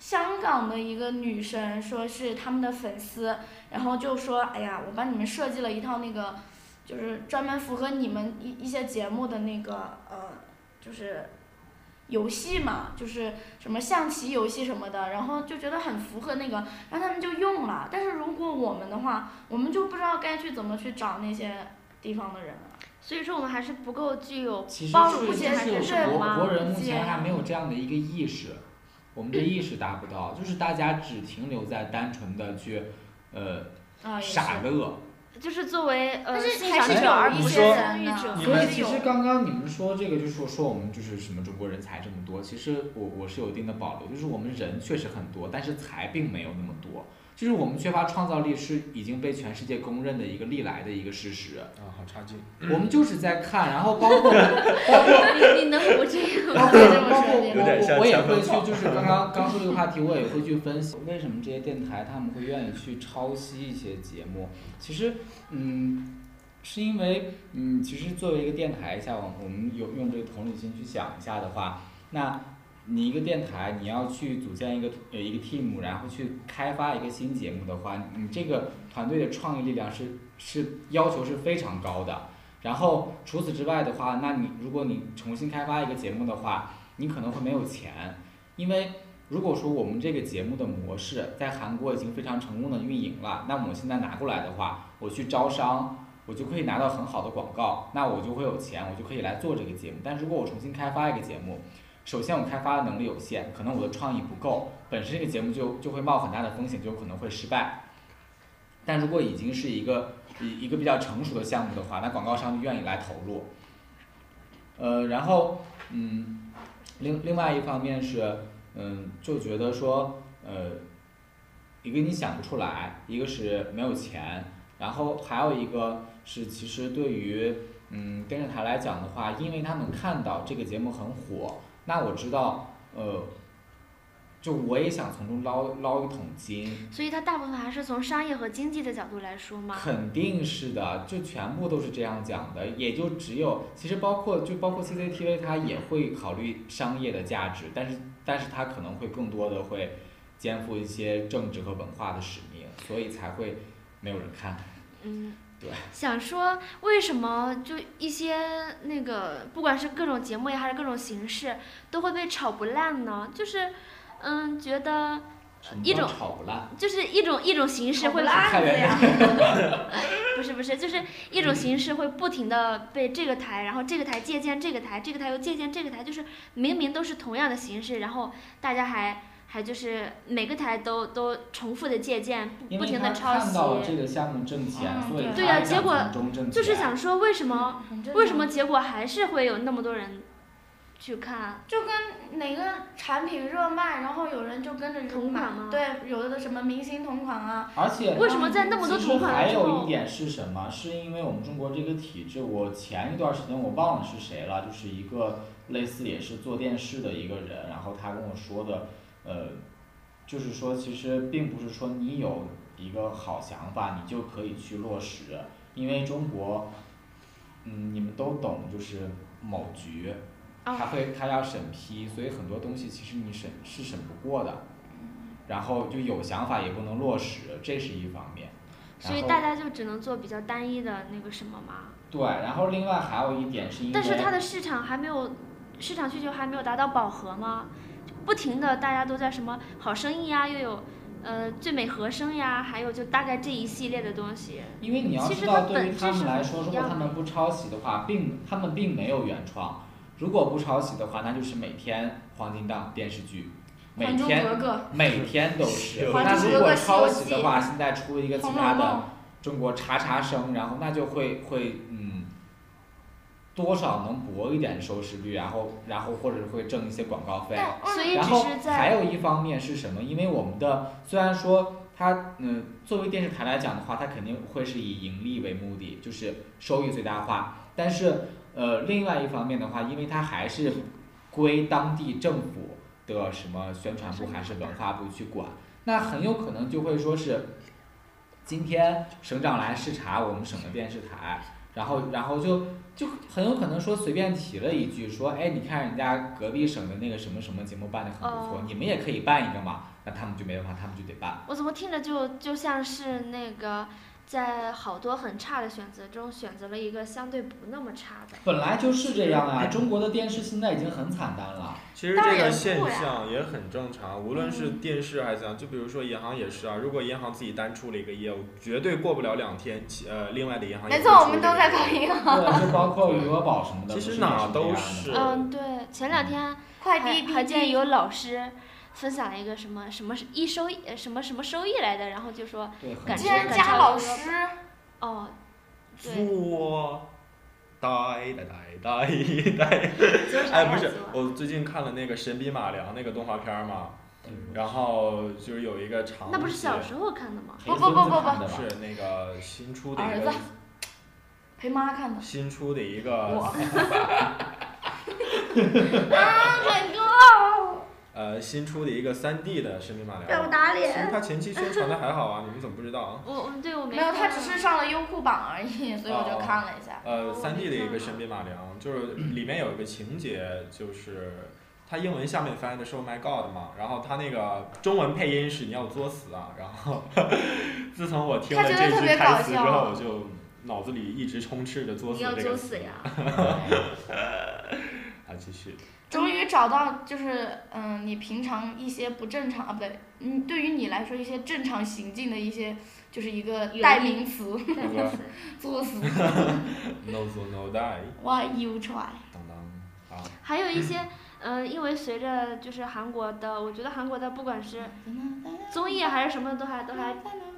香港的一个女生，说是他们的粉丝，然后就说哎呀，我帮你们设计了一套那个就是专门符合你们一一些节目的那个呃就是游戏嘛，就是什么象棋游戏什么的，然后就觉得很符合那个，然后他们就用了。但是如果我们的话，我们就不知道该去怎么去找那些地方的人了。
所以说我们还是不够具有
其实
包
是
容性还
就是是
什
国
么？
国人目
理解
前还没有这样的一个意识，我们的意识达不到，就是大家只停留在单纯的去呃
啊，也是。
傻乐。
就是作为呃
但是
欣
还
赏
是
者
有
而
一
不
些
是
人
参与
呢
者
所，
因
以
为
是
啊其
有
实刚刚你们说这个，就说说我们就是什么中国人才这么多，其实我我是有一定的保留，就是我们人确实很多，但是才并没有那么多，就是我们缺乏创造力是已经被全世界公认的一个历来的一个事实。
啊，好差劲。
我们就是在看，然后包括包括
你你能不 这
包
样吗？
括
这么
包括
说
我
也
有点
我
像
我也
墙头
会去
草，
就是刚刚刚说这个话题，我也会去分析为什么这些电台他们会愿意去抄袭一些节目。其实，嗯，是因为嗯，其实作为一个电台下，我我们有用这个同理心去想一下的话，那你一个电台你要去组建一个呃一个 team，然后去开发一个新节目的话，你这个团队的创意力量是是要求是非常高的。然后除此之外的话，那你如果你重新开发一个节目的话，你可能会没有钱，因为如果说我们这个节目的模式在韩国已经非常成功的运营了，那我现在拿过来的话，我去招商，我就可以拿到很好的广告，那我就会有钱，我就可以来做这个节目。但如果我重新开发一个节目，首先我开发的能力有限，可能我的创意不够，本身这个节目就就会冒很大的风险，就有可能会失败。但如果已经是一个一一个比较成熟的项目的话，那广告商就愿意来投入。呃，然后嗯，另另外一方面是，嗯，就觉得说，呃，一个你想不出来，一个是没有钱，然后还有一个是其实对于嗯电视台来讲的话，因为他们看到这个节目很火，那我知道呃。就我也想从中捞捞一桶金，
所以它大部分还是从商业和经济的角度来说嘛。
肯定是的，就全部都是这样讲的，也就只有其实包括就包括 CCTV，它也会考虑商业的价值，但是但是它可能会更多的会肩负一些政治和文化的使命，所以才会没有人看。
嗯
对，
想说为什么就一些那个，不管是各种节目呀，还是各种形式，都会被炒不烂呢？就是，嗯，觉得
什么
呃一
叫
种
炒不烂，
就是一种一种形式
炒不
会
烂
太原人
不是不是，就是一种形式会不停的被这个台，然后这个台借鉴这个台，这个台又借鉴这个台，就是明明都是同样的形式，然后大家还还就是每个台都都重复的借鉴，不
因
不
为
停
他
的抄
看
袭，
到这个项目挣钱，
嗯
所以
对
他
啊结
想
果
从中挣钱。
就是想说为什 么
很正
为
常
什么结果还是会有那么多人去看？
就跟哪个产品热卖，然后有人就跟着去
同
买
款吗
对，有的什么明星同款啊，
而且
为什么在那么多
其
同
实
款
还
了之
有一
后，
点是什么？是因为我们中国这个体制，我前一段时间我忘了是谁了，就是一个类似也是做电视的一个人，然后他跟我说的，呃，就是说其实并不是说你有一个好想法，你就可以去落实，因为中国，嗯，你们都懂，就是某局，
哦
他会他要审批，所以很多东西其实你审是审不过的。
嗯
然后就有想法也不能落实，这是一方面。然
所以
后
大家就只能做比较单一的那个什么嘛。
对，然后另外还有一点是因为，
但是它的市场还没有，市场需求还没有达到饱和吗？就不停的大家都在什么好生意呀，又有呃最美和声呀，还有就大概这一系列的东西。
因为你要
其
知
实
道，
它
对于
本
他
质
们
是
来
很
说，
一
如果
样
他
的
们不抄袭的话，并他们并没有原创。如果不抄袭的话，那就是每天黄金档电视剧，每
还珠
天
格格
每天都是。
还
那
珠
如
格
果
格西
抄
游
袭的
记
话，现在出一个其
红
他
楼
的
梦
中国叉叉生，然后那就会会嗯，多少能博一点收视率，然后然后或者会挣一些广告费。
但
所以
然
只
后
是在
还有一方面是什么？因为我们的虽然说它，嗯，作为电视台来讲的话，它肯定会是以盈利为目的，就是收益最大化。但是，呃，另外一方面的话，因为它还是归当地政府的什么宣传部还是文化部去管，那很有可能就会说是，今天省长来视察我们省的电视台，然后然后就就很有可能说随便提了一句说，哎，你看人家隔壁省的那个什么什么节目办的很不错，
哦
你们也可以办一个嘛，那他们就没办法，他们就得办。
我怎么听着就就像是那个在好多很差的选择中选择了一个相对不那么差的。
本来就是这样啊，中国的电视现在已经很惨淡 了。
其实
当
这个
然不啊嗯
现
呀
象也很正常，无论是电视还是怎样，就比如说银行也是啊，如果银行自己单出了一个业务，绝对过不了两天，其呃，另外的银行也
没
会
错，
出
我
这
们
个
都在
业务
搞银行，
对，就包括余额宝什么的，
其实
不是
哪
也是这
都
样的
是
吗
嗯，对，前两天
快
还
递、
还
快
见
递
有老师分享了一个什么什么一收益呃什么什么收益来的，然后就说
对，很
感
竟
觉
然
感
加
觉
老
这个
师，
哦，对，
做呆呆呆呆 呆，哎，不是， 我最近看了那个《神笔马良》那个动画片儿嘛，然后哦就是有一个长
那不是
期
小时候看的吗？
陪
不不不
孙子
不
看的吧
是那个新出的
儿
一
子
个
陪妈看 的。
新出的一个
我啊，很哥，
呃新出的一个三 D 的《神笔马
被
良》，
我打
其实
脸。
它前期宣传的还好啊，你们怎么不知道啊？
我我对我没
没有，他
看
只
过
是上了优酷榜而已，所以我就
哦
看了一下。
呃，
哦
三 D
没
的一
看
个《
过
神笔马良》，就是里面有一个情节，就是它英文下面翻译的是 “Oh my God” 嘛，然后它那个中文配音是“你要作死啊”，然后 自从我听
他
了这
觉得特
句
别
台
搞
词之
笑
后，我就脑子里一直充斥着“作
啊你
死
要”
这
作
个
死
词。
呀！
啊，继 续。
终于找到就是嗯，你平常一些不正常啊，不对，嗯，对于你来说一些正常行径的一些，就是一个
原
代
因
名词，
那个
作 死
No so no die，
，Why you try？
当当啊，
还有一些，嗯、因为随着就是韩国的，我觉得韩国的不管是综艺啊还是什么的，都还都还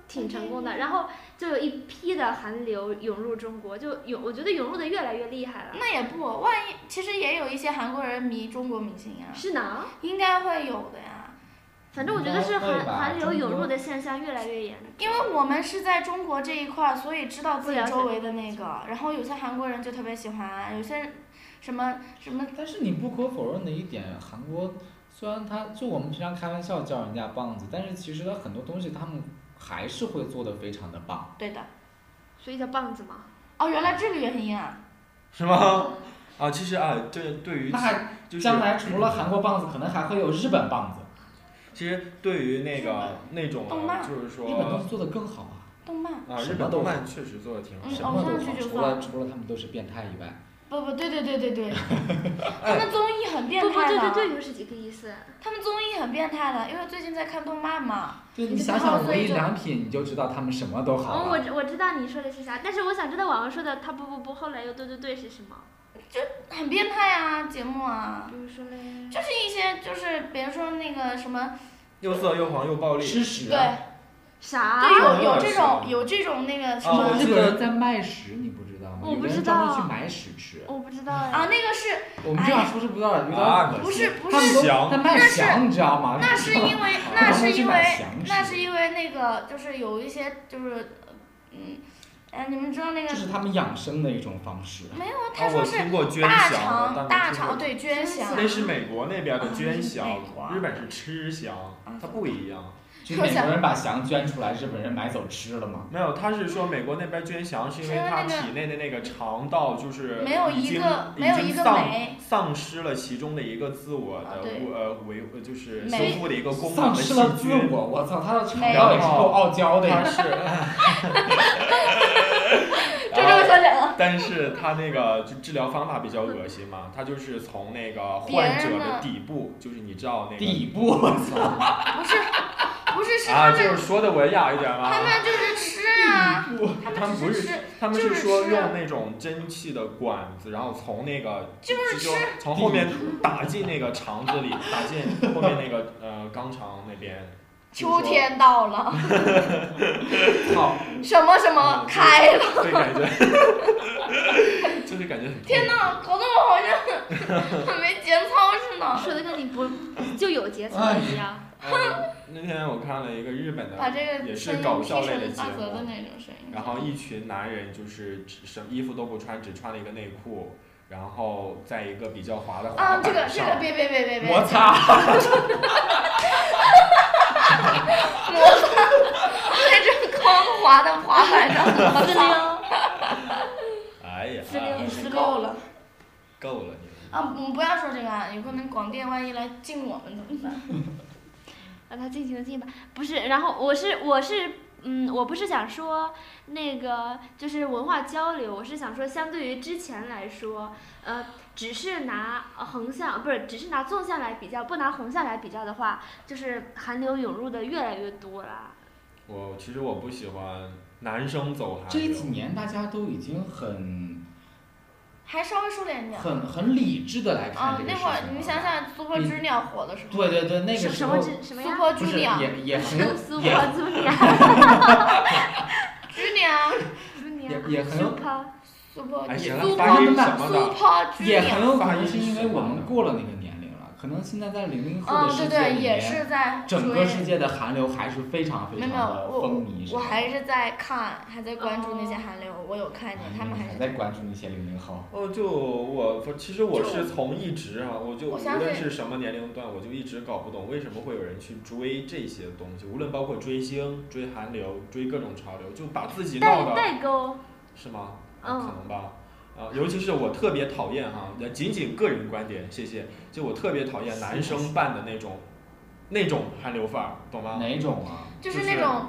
挺成功的。然后就有一批的韩流涌入中国，就涌，我觉得涌入的越来越厉害了。
那也不，万一其实也有一些韩国人迷中国明星呀，
是呢，
应该会有的呀，
反正我觉得是
应该会
韩
吧
韩流
中
涌
国
入的现象越来越严重。
因为我们是在中国这一块儿，所以知道自
不
己
了解
周围的那个，然后有些韩国人就特别喜欢，有些人什么什么，
但是你不可否认的一点，韩国虽然他就我们平常开玩笑叫人家棒子，但是其实他很多东西他们还是会做的非常的棒。
对的，
所以叫棒子嘛。
哦，原来这个原因啊，
是吗？啊，其实啊，这对于
那还
就是
将来除了韩国棒子，可能还会有日本棒子，
其实对于那个那种
动
啊
漫
就是
日本东
说
西做的更好啊。
动漫，
啊，
什
日
么
本
都
动
好
漫确实做的挺好
嗯。
什
偶
么都
像
好，
剧就
除
算
了
了
除了他们都是变态以外，
不不，对对对对 对对，他们综艺很变
不不，
态
对对
的，
对，又是几个意思？
他们综艺很变态的，因为最近在看动漫嘛，
对
你
你想
知道
想
所
无
以
印
就
良品，你就知道他们什么都好啊
哦，
了。
我知我知道你说的是啥，但是我想知道网上说的他不不不，后来又对对对是什么？
很变态啊，节目啊，
比如说嘞，
就是一些就是比如说那个什么，
又色又黄又暴力，
吃屎
对
啊！哦
啥？
对，有
啊
有这种有这种那个什
啊
么
我。
日本人在卖屎，你不知道吗？
我
有
不
的人
知
专门
道
去买屎吃。
我不知道哎。
啊，那个是
我们这样说是不知道，有点
啊
恶
不
心
是哎不
他
是
们都
翔
在卖翔，你知道吗？
那是因为那
他
是
们去
因
买
为
翔
那
吃
是因为那个就是有一些就是嗯，哎，你们知道那个
这是他们养生的一种 方式。
没有啊？
啊
他，说
我
是
听过捐
大
翔，
肠
但
大
没听
肠
过。
对捐翔，
那是美国那边的捐
啊
翔
美啊国，啊
日本是吃翔，它不一样。
就是美国人把翔捐出来，日本人买走吃了吗？
没有，他是说美国那边捐翔是因为
是因为
他
那个
体内的那个肠道就是
没有
已
一
经
个
已
没有
经
一个
丧
酶
丧失了其中的一个自我
啊
的
对
维呃维呃就是
酶
修复的一个功能
丧
的
失
细
了自
菌。
我，我操，他的肠道也是够傲娇的
他
呀。
是，
这就
然后
是说人了，
但是他那个就治疗方法比较恶心嘛，他就是从那个
别人
患者
的
的底部，就是你知道那个
底部，我操，
不是不是是他
啊，就
们
是说的文雅一点嘛。
他们就是吃啊，
他们不
只是
是
吃，
他们
就是
说
是吃啊
用那种蒸汽的管子，然后从那个
就是
就从后面打进那个肠子里，打进后面那个呃肛肠那边。
秋天到了，
操，
什么什么
嗯对
开了，
就是说，对感觉，就是感觉很
天
哪！
哪，搞得我好 像很没节操似的。
说的跟你不就有
哎
节操一样。
嗯那天我看了一个日本的，
把这个
也是
声音
搞
劈
笑类
成
的节
大舌的
目，
那种声音。
然后一群男人就是只什么衣服都不穿，只穿了一个内裤，然后在一个比较滑的滑
啊，
板上，
这个这个别别别别别，
摩 擦，
在这光滑的滑板 上摩擦，
哎呀，
四六
哎
四六了
够了你，
啊！我们不要说这个啊，有可能广电万一来禁我们怎么办？
让他尽情的进吧。不是，然后我是我是嗯，我不是想说那个就是文化交流，我是想说相对于之前来说，呃，只是拿呃横向不是只是拿纵向来比较，不拿横向来比较的话，就是韩流涌入的越来越多了。
我其实我不喜欢男生走韩
这
流，
几年大家都已经很
还稍微收敛点。
很很理智的来看
啊
这，个
那
事情
会
了。
儿你想想，Super
你
Junior 火的时候
对对对，那
什
个时
什
候
么之什么呀？
，Super
不是
Junior
也也 很有
苏
也
泊祖尼亚，
Junior
祖尼
也也很有
Super
Super
哎行
Junior
了，
苏
发音
胖
什么的，
Super
也
Junior，
很有可能是因为我们过了那个年龄了，可能现在在零零后
嗯
的世
对
界
对，
里
也
面，
是在
整
属
个
于
世界的韩流还是非常非
没有
常
没有
的
我
风靡。是
我
吧
还是在看，还在关注那些韩流，我有看见他们啊还
嗯还
是
在关注那些零零后。
哦，就我其实我是从一直啊，我就
我
无
相信
论是什么年龄段，我就一直搞不懂为什么会有人去追这些东西，无论包括追星、追韩流、追各种潮流，就把自己闹
代
的
代沟，
是吗？
嗯
可能吧。啊，尤其是我特别讨厌哈，呃仅仅个人观点，谢谢。就我特别讨厌男生扮的那种，那种韩流范儿，懂吗？
哪种啊？
就是那种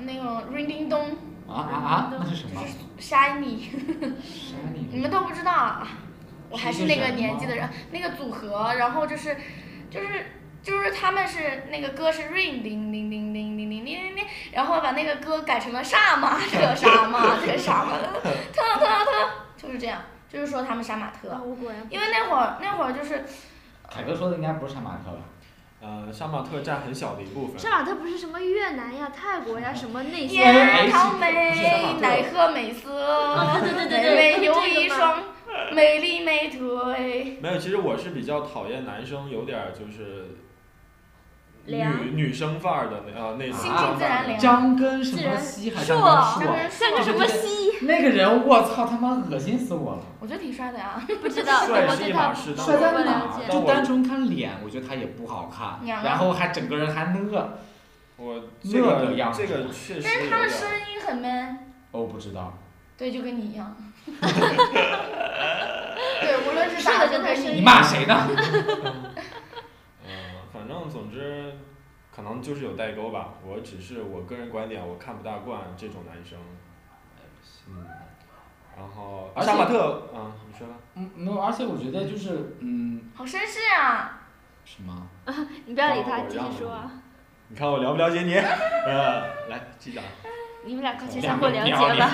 那种 ring ding dong
啊啊啊！那是什么？
shiny，
啥你
你们都不知道啊，我还是那个年纪的人
是，
那个组合，然后就是就是。就是他们是那个歌是 ring 叮叮叮叮叮叮叮叮叮，然后把那个歌改成了杀 马特杀马特杀马特特特特，就是这样，就是说他们杀马
啊
特，
我果然不
因为那会儿那会儿就是
凯哥说的应该不是杀马特吧？
呃，杀马特占很小的一部分。
杀马特不是什么越南呀、泰国呀、什么那些
烟桃
不是哈
哎美，
特
奈何美色，
对对对
美美
对对
有
这个
一
吧
双美丽美腿。
没有，其实我是比较讨厌男生有点儿就是
凉
女女生范儿的那啊那种
心
装扮
静自然凉
张根什么西还是张
自
根
然
硕？
像个什么西，
那个人，我操他妈恶心死我了！
我觉得挺帅的呀，
不知道，
帅
我
是
对
一
他
码事
不
但
帅在
不
哪
了
儿？
解。
就单纯看脸，我觉得他也不好看，
娘啊
然后还整个人还讷。
我
那
这
个样
个
子
这个确实
但
有
是
点
他的
儿。
声音很 man，
哦，我不知道，
对，就跟你一样。对，无论是
是
啥
的
就
跟他
跟
声
你
你
一
音
样。
骂谁呢？
嗯，反正总之，可能就是有代沟吧。我只是我个人观点，我看不大惯这种男生。嗯，然后
而且
杀马特，嗯，你说吧。
嗯，no，而且我觉得就是嗯
好绅士啊！
什么，
你不要理他，继续说啊。
你看我了不了解你？ 呃，来，机长。
你们俩快去
两
相互
个
了
屌
解吧。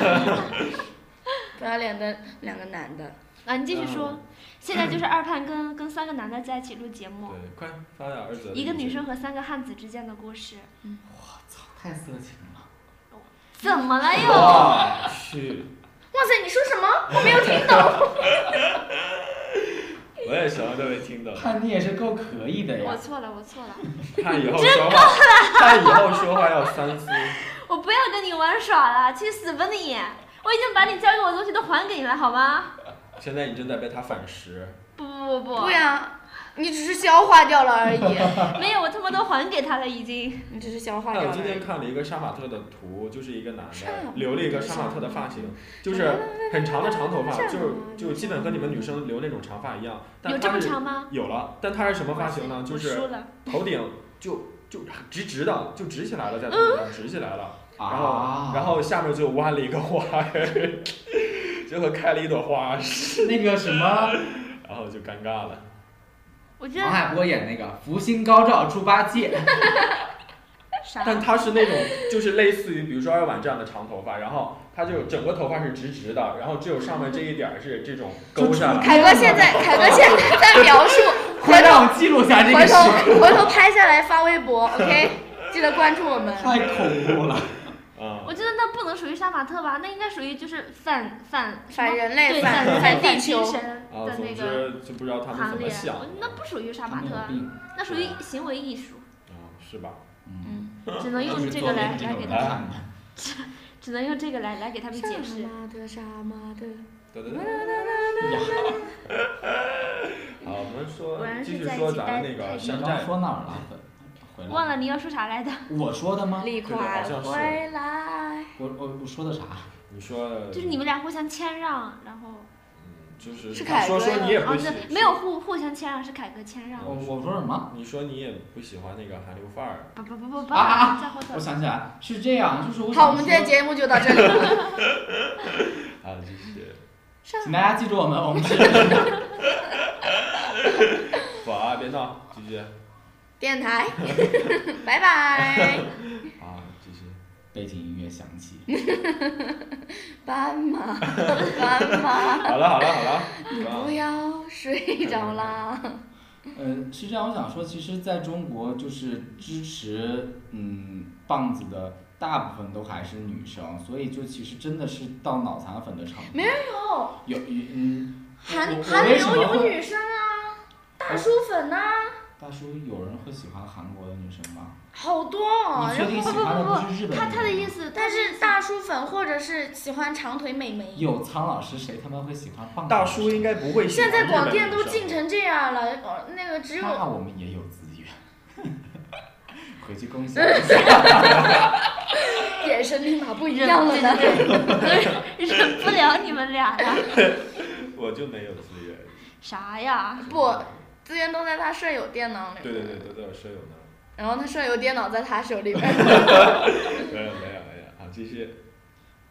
不要脸的两个男的，
啊，你继
嗯
续说。现在就是二胖跟跟三个男的在一起录节目，
对，快发点儿子。
一个女 生和三个汉子之间的故事。
操，太色情了。
怎么了又？
哇，去，
哇塞，你说什么？我没有听懂。
我也什么都没听懂。
看你也是够可以的
我
呀。
错了，我错了，
看以后说话，看以后说话要三思。
我不要跟你玩耍了，去死吧你！我已经把你交给我的东西都还给你了，好吗？
现在你正在被他反噬。
不不不
对呀，你只是消化掉了而已，
不，没有，我他妈都还给他了，已经。
你只是消化
哎，
掉
我
了
今
而
天
已。
看了一个杀马特的图，就是一个男
杀马
的留了一个杀马特的发型，就是很长的长头发，就是就基本和你们女生留那种长发一样。但
有这
他
么
是
长吗？
有了，但他是什么发型呢？就
我
是
输了。
头顶就就直直的，就直起来了，在头顶上直起来了。
啊
然后然后下面就弯了一个花儿， 就和开了一朵花似
那个什么，
的，然后就尴尬了。
我觉
王
啊
得
海波演那个福星高照猪八戒，
啥？
但他是那种就是类似于比如说二晚这样的长头发，然后他就整个头发是直直的，然后只有上面这一点儿是这种勾下来。
凯哥现在，凯哥现在在描述，回
快
头
让我记录下这
回
个时
头
刻，
回头拍下来发微博，OK，记得关注我们。
太恐怖了。
嗯，
我觉得那不能属于杀马特吧，那应该属于就是反反
反人类，
对
反
人类
地
精
球。
神
啊，
的那
总
个
之就不知道他们
行
怎么
列
想，的。，
那不属于杀
他
马
没有
特，啊
病。
那属于
啊
行为艺术，
嗯，是吧？
嗯，
嗯，
只能用这个来来给
的
他。
看的。
只能用这个来来给他们解释。
妈的傻妈的，
对对对。好，我们
果然
说
是
继续
在
说
一起
咱
待
那个
太
你
山
刚刚
寨，
说哪儿了？
嗯
回
忘
来。
了你要说啥来着？
我说的吗？
李
对对好
逵
像是
回来，
我我我说的啥？
你说的，
就是你们俩互相谦让，然后
嗯就是
是凯
说
哥
说
呀
你也
哦
不嗯喜
对，没有互互相谦让，是凯哥谦让。
我我说什么？
你说你也不喜欢那个韩流范儿，
不不不不不，
啊啊
在后头
我。想起来是这样，就是我
好，
想
我们今
说
天节目就到这里 了。
啊，就是
上
请大家记住我们，我们是
不啊，别闹，继续
电 台，拜拜。
啊，继续。
背景音乐响起。
斑马，斑马，
好了好了好了，
你不要睡着啦。
呃，是这样，我想说，其实在中国就是支持嗯棒子的大部分都还是女生，所以就其实真的是到脑残粉的程度。
没有，
有有嗯，我
哎韩
我
韩
为什
流
么
有
会
女生啊，大叔粉啊呐、
大叔，有人会喜欢韩国的女生吗？
好多、哦。
你确
然
定
后，
喜欢的不是日本
他
女
他的
生
意
吗
思，
但是大叔粉或者是喜欢长腿美眉，
有苍老师，谁他妈会喜欢棒子？
大叔应
该。
该不会喜
现
欢
在
日
广
本
电
女
都
生
进成这样了，呃那个只有
那我们也有资源。回去恭喜。
眼神立马不一
忍
样了呢。
忍不了你们俩了。
我就没有资源。
啥呀？
不，资源都在他舍友电脑里。
对对对，都在我舍友那
然后他舍友电脑在他手 里边儿。
儿。没有没有没有，好继续。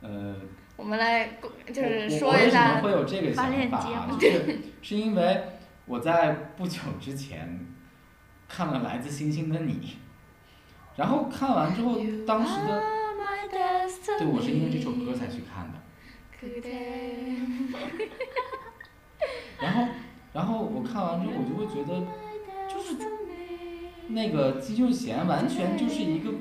呃，
我们来公就是
我
说
我
一
为什么
下，
会有这个
发
想
链
法
接
啊
吗？
就是是因为我在不久之前看了《来自星星的你》，然后看完之后，当时的对我是因为这首歌才去看的。然后，然后我看完之后，我就会觉得，就是那个姬秀贤完全就是一个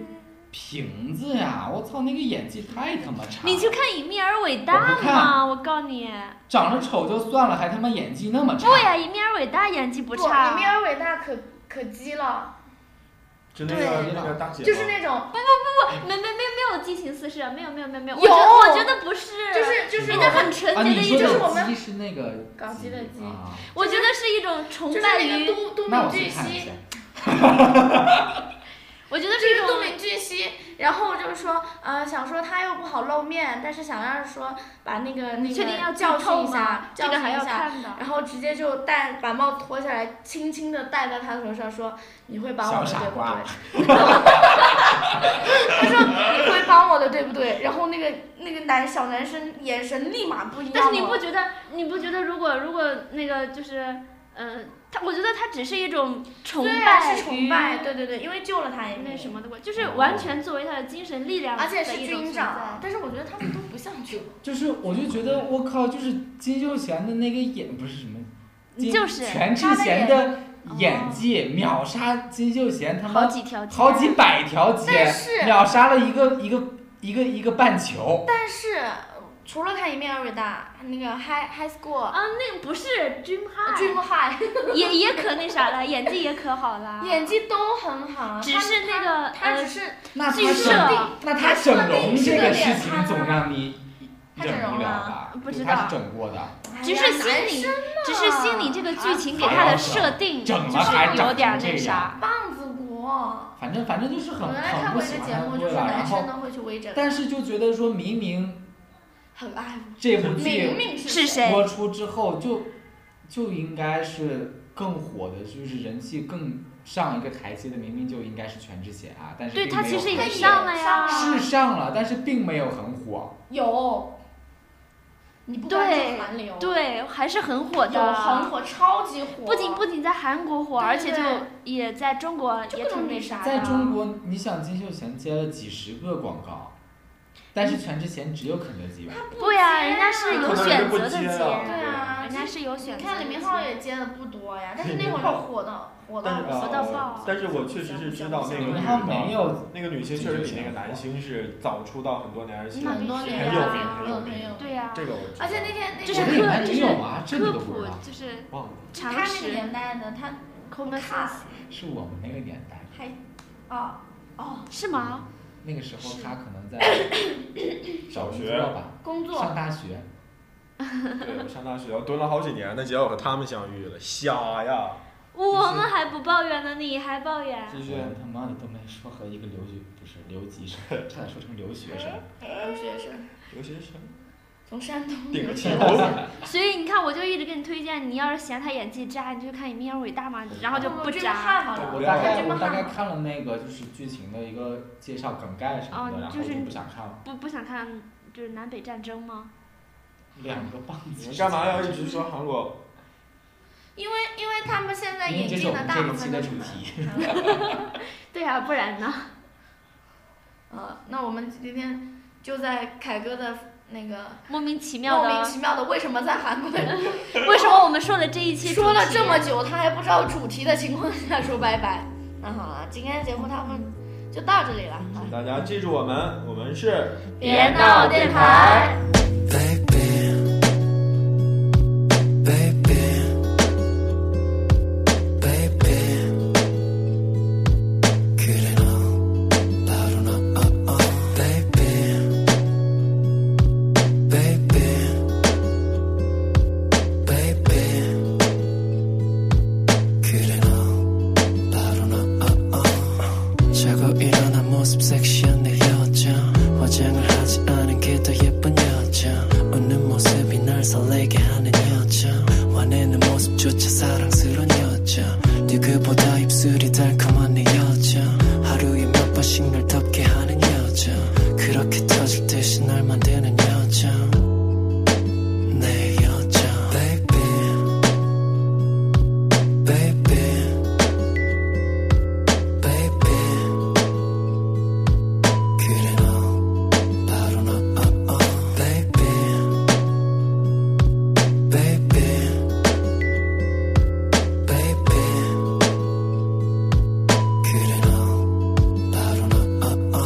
瓶子呀！我操，那个演技太他妈差了！
你去看《以命而伟
我
大
不》看
嘛，我告诉你，
长得丑就算了，还他妈演技那么差！
不呀，《以命而伟大》演技不
不，
差
里。面尔伟大可可鸡了，
就那个
对
那个大姐吗，
就是那种
没没没没有激情四射，没有没有没有没有，我
有
觉得我觉得不是，
就是就是
人家很纯
啊，
洁
你
的一
说
就是
种，
我
的
们
鸡是那个
港鸡的鸡
啊
我觉得是一种崇
就是
拜
那
于
个，都都敏
那我去
俊
看一
熙
下。。
我觉得
就是
一
是杜
种
敏俊熙，然后就是说，呃，想说他又不好露面，但是想要是说把那个那
你确定要
个
剧
教训
透
一下
吗，？这
教
个
训
还
一
要
下，
看的。
然后直接就戴把帽脱下来，轻轻的戴在他头上，说你会帮我的，
小傻
对不
瓜
对？ 他说你会帮我的，对不对？然后那个那个男小男生眼神立马不一样
但是你
了
不觉得，你不觉得如果如果那个就是，嗯、他我觉得他只是一种崇
虽然
拜，
是崇拜，，对对对，因为救了他一命
那什，么的，就是完全作为他的精神力量的
而且是
一种
军
存
长，
在。
但是我觉得他们都不像救。
就是我就觉得我靠，就是金秀贤的那个演不是什么，金
就是
全智贤的演技秒杀金秀贤他
好
妈
几条街，
好几百条街
但，是啊
秒杀了一个一个一个一个半球。
但是呃除了看《一面而伟大》，那个 High High School
啊，那个不是 Dream
Dream
High，
High
也也可那啥了，演技也可好了，
演技都很好，
啊只
他
是那
他
个
他
呃
只是
那
剧
他
社
整那他整容这个事情总让你
他整
忍
容
不了
了
吧？
不知
对
道
他是整过的，
只
哎
是
呀
心
男
理
生嘛，
只是心里这个剧情给他的设定就
整了还
是有
整成
点那
这
啥
样。。
棒子国。
反正反正就是很
我原来看
很不
过一
喜
个
欢
节目，
他的
就
味
是
道，
男
然
生
后
都会去微整，
但是就觉得说明明
很爱我。
这部剧
明明
是
谁？
谁？
播出之后就就应该是更火的，就是人气更上一个台阶的，明明就应该是全智贤啊，但是
对
并
他
没
其
有
实
很
也
火
上了呀，
上
是上了，但是并没有很火。
有，你不关
对
注韩流，
对，还是很火的。
有很火，超级火。
不仅不仅在韩国火，
对
而且
对
就也在中国
就
也
各种
挺那
比
啥的。
在中国，你想金秀贤接了几十个广告，但是全智贤只有肯德基吧？
对呀，人家是有
可能
选
人家不
择的
接啊
嗯对啊，
人家是有选
你
择
看
的
李
接
明。浩也接的不多呀，但是那会儿就火的火
但
到
是
火
呃
到爆
但是我确实是知道那个
然
女
后没
的，
有，
那个女星确实比那个男星是早出道很多年，而且
很多年
很有名
啊，
很有
有
名。
有。
对呀，
这个我知道
而且那天那
就是
我
天
以
刻
为
就
你
是
有啊，这你
科
都不
普
知道，
就是
忘了，
他
常
那个
识
年代的他
common
看
sense
是我们那个年代。
还哦哦
是吗？
那个时候他可能在
小学
工作
工
吧，上
作
大学，
对我上大学，我蹲了好几年的，结果和他们相遇了，瞎呀！
我们还不抱怨呢，你还抱怨？
继续。
我他妈的都没说和一个留学不是留级生，差点说成留学生。
留学生，
留学生
从山东
顶
留
个
学
头，
生。
所以你看，我就一直给你推荐，你要是嫌他演技渣，你就去看《以民谣伟大》嘛，然后
哦
就不
这个
渣。
太好了，
我大概
哎这么
我大概
好。
看了那个就是剧情的一个介绍梗概什么的，
哦
然后
就
我
是
就不想看了。
不不想看就是南北战争吗？
两个棒
你
子
们
是
干嘛
怎
要
么
一直说韩国？
因为因为他们现在
因为
引
这是我
进
们
大
这
部
一期
分
的
都
主
是嗯
题。
对啊，不然呢？
呃，那我们今天就在凯哥的那个
莫名其妙
莫名
的，
其妙的为什么在韩国
为什么我们说了这一期
说了
主题
这么久，他还不知道主题的情况下说拜拜？那好了，今天的节目他们就到这里了。啊
大家记住我们，我们是。
别闹电台。
Baby, baby, baby. 그래 너 바로 너, oh, oh. baby, baby, baby. 그래 너 바로 너, oh, oh. 자고 일어난 모습 섹시한 내 여자 화장을 하지 않은 게 더 예쁜 여자 웃는 모습이 날 설레게 하는 여자 화내는 모습조차 사랑스러운 여자 누구보다 입술이 달콤한 내 여자 하루에 몇 번씩 날 덥게 하는 여자 그렇게 터질 듯이 날 만드는 여자 내 여자 baby baby baby 그래 너 바로 너, oh, oh. baby, baby, baby. 그래 너, 바로 너, oh, oh.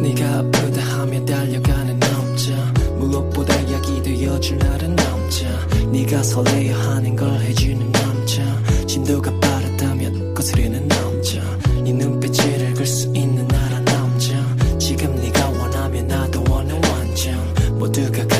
네가 아프다 하며 달려가는 남자, 무엇보다 약이 되어줄 나른 남자. 네가 설레어하는 걸 해주는 남자, 진도가 빠르다면 거스르는 남자. 네 눈빛을 읽을 수 있는 나란 남자. 지금 네가 원하면 나도 원해 완전 모두가 uh, uh, 어, 어, 어,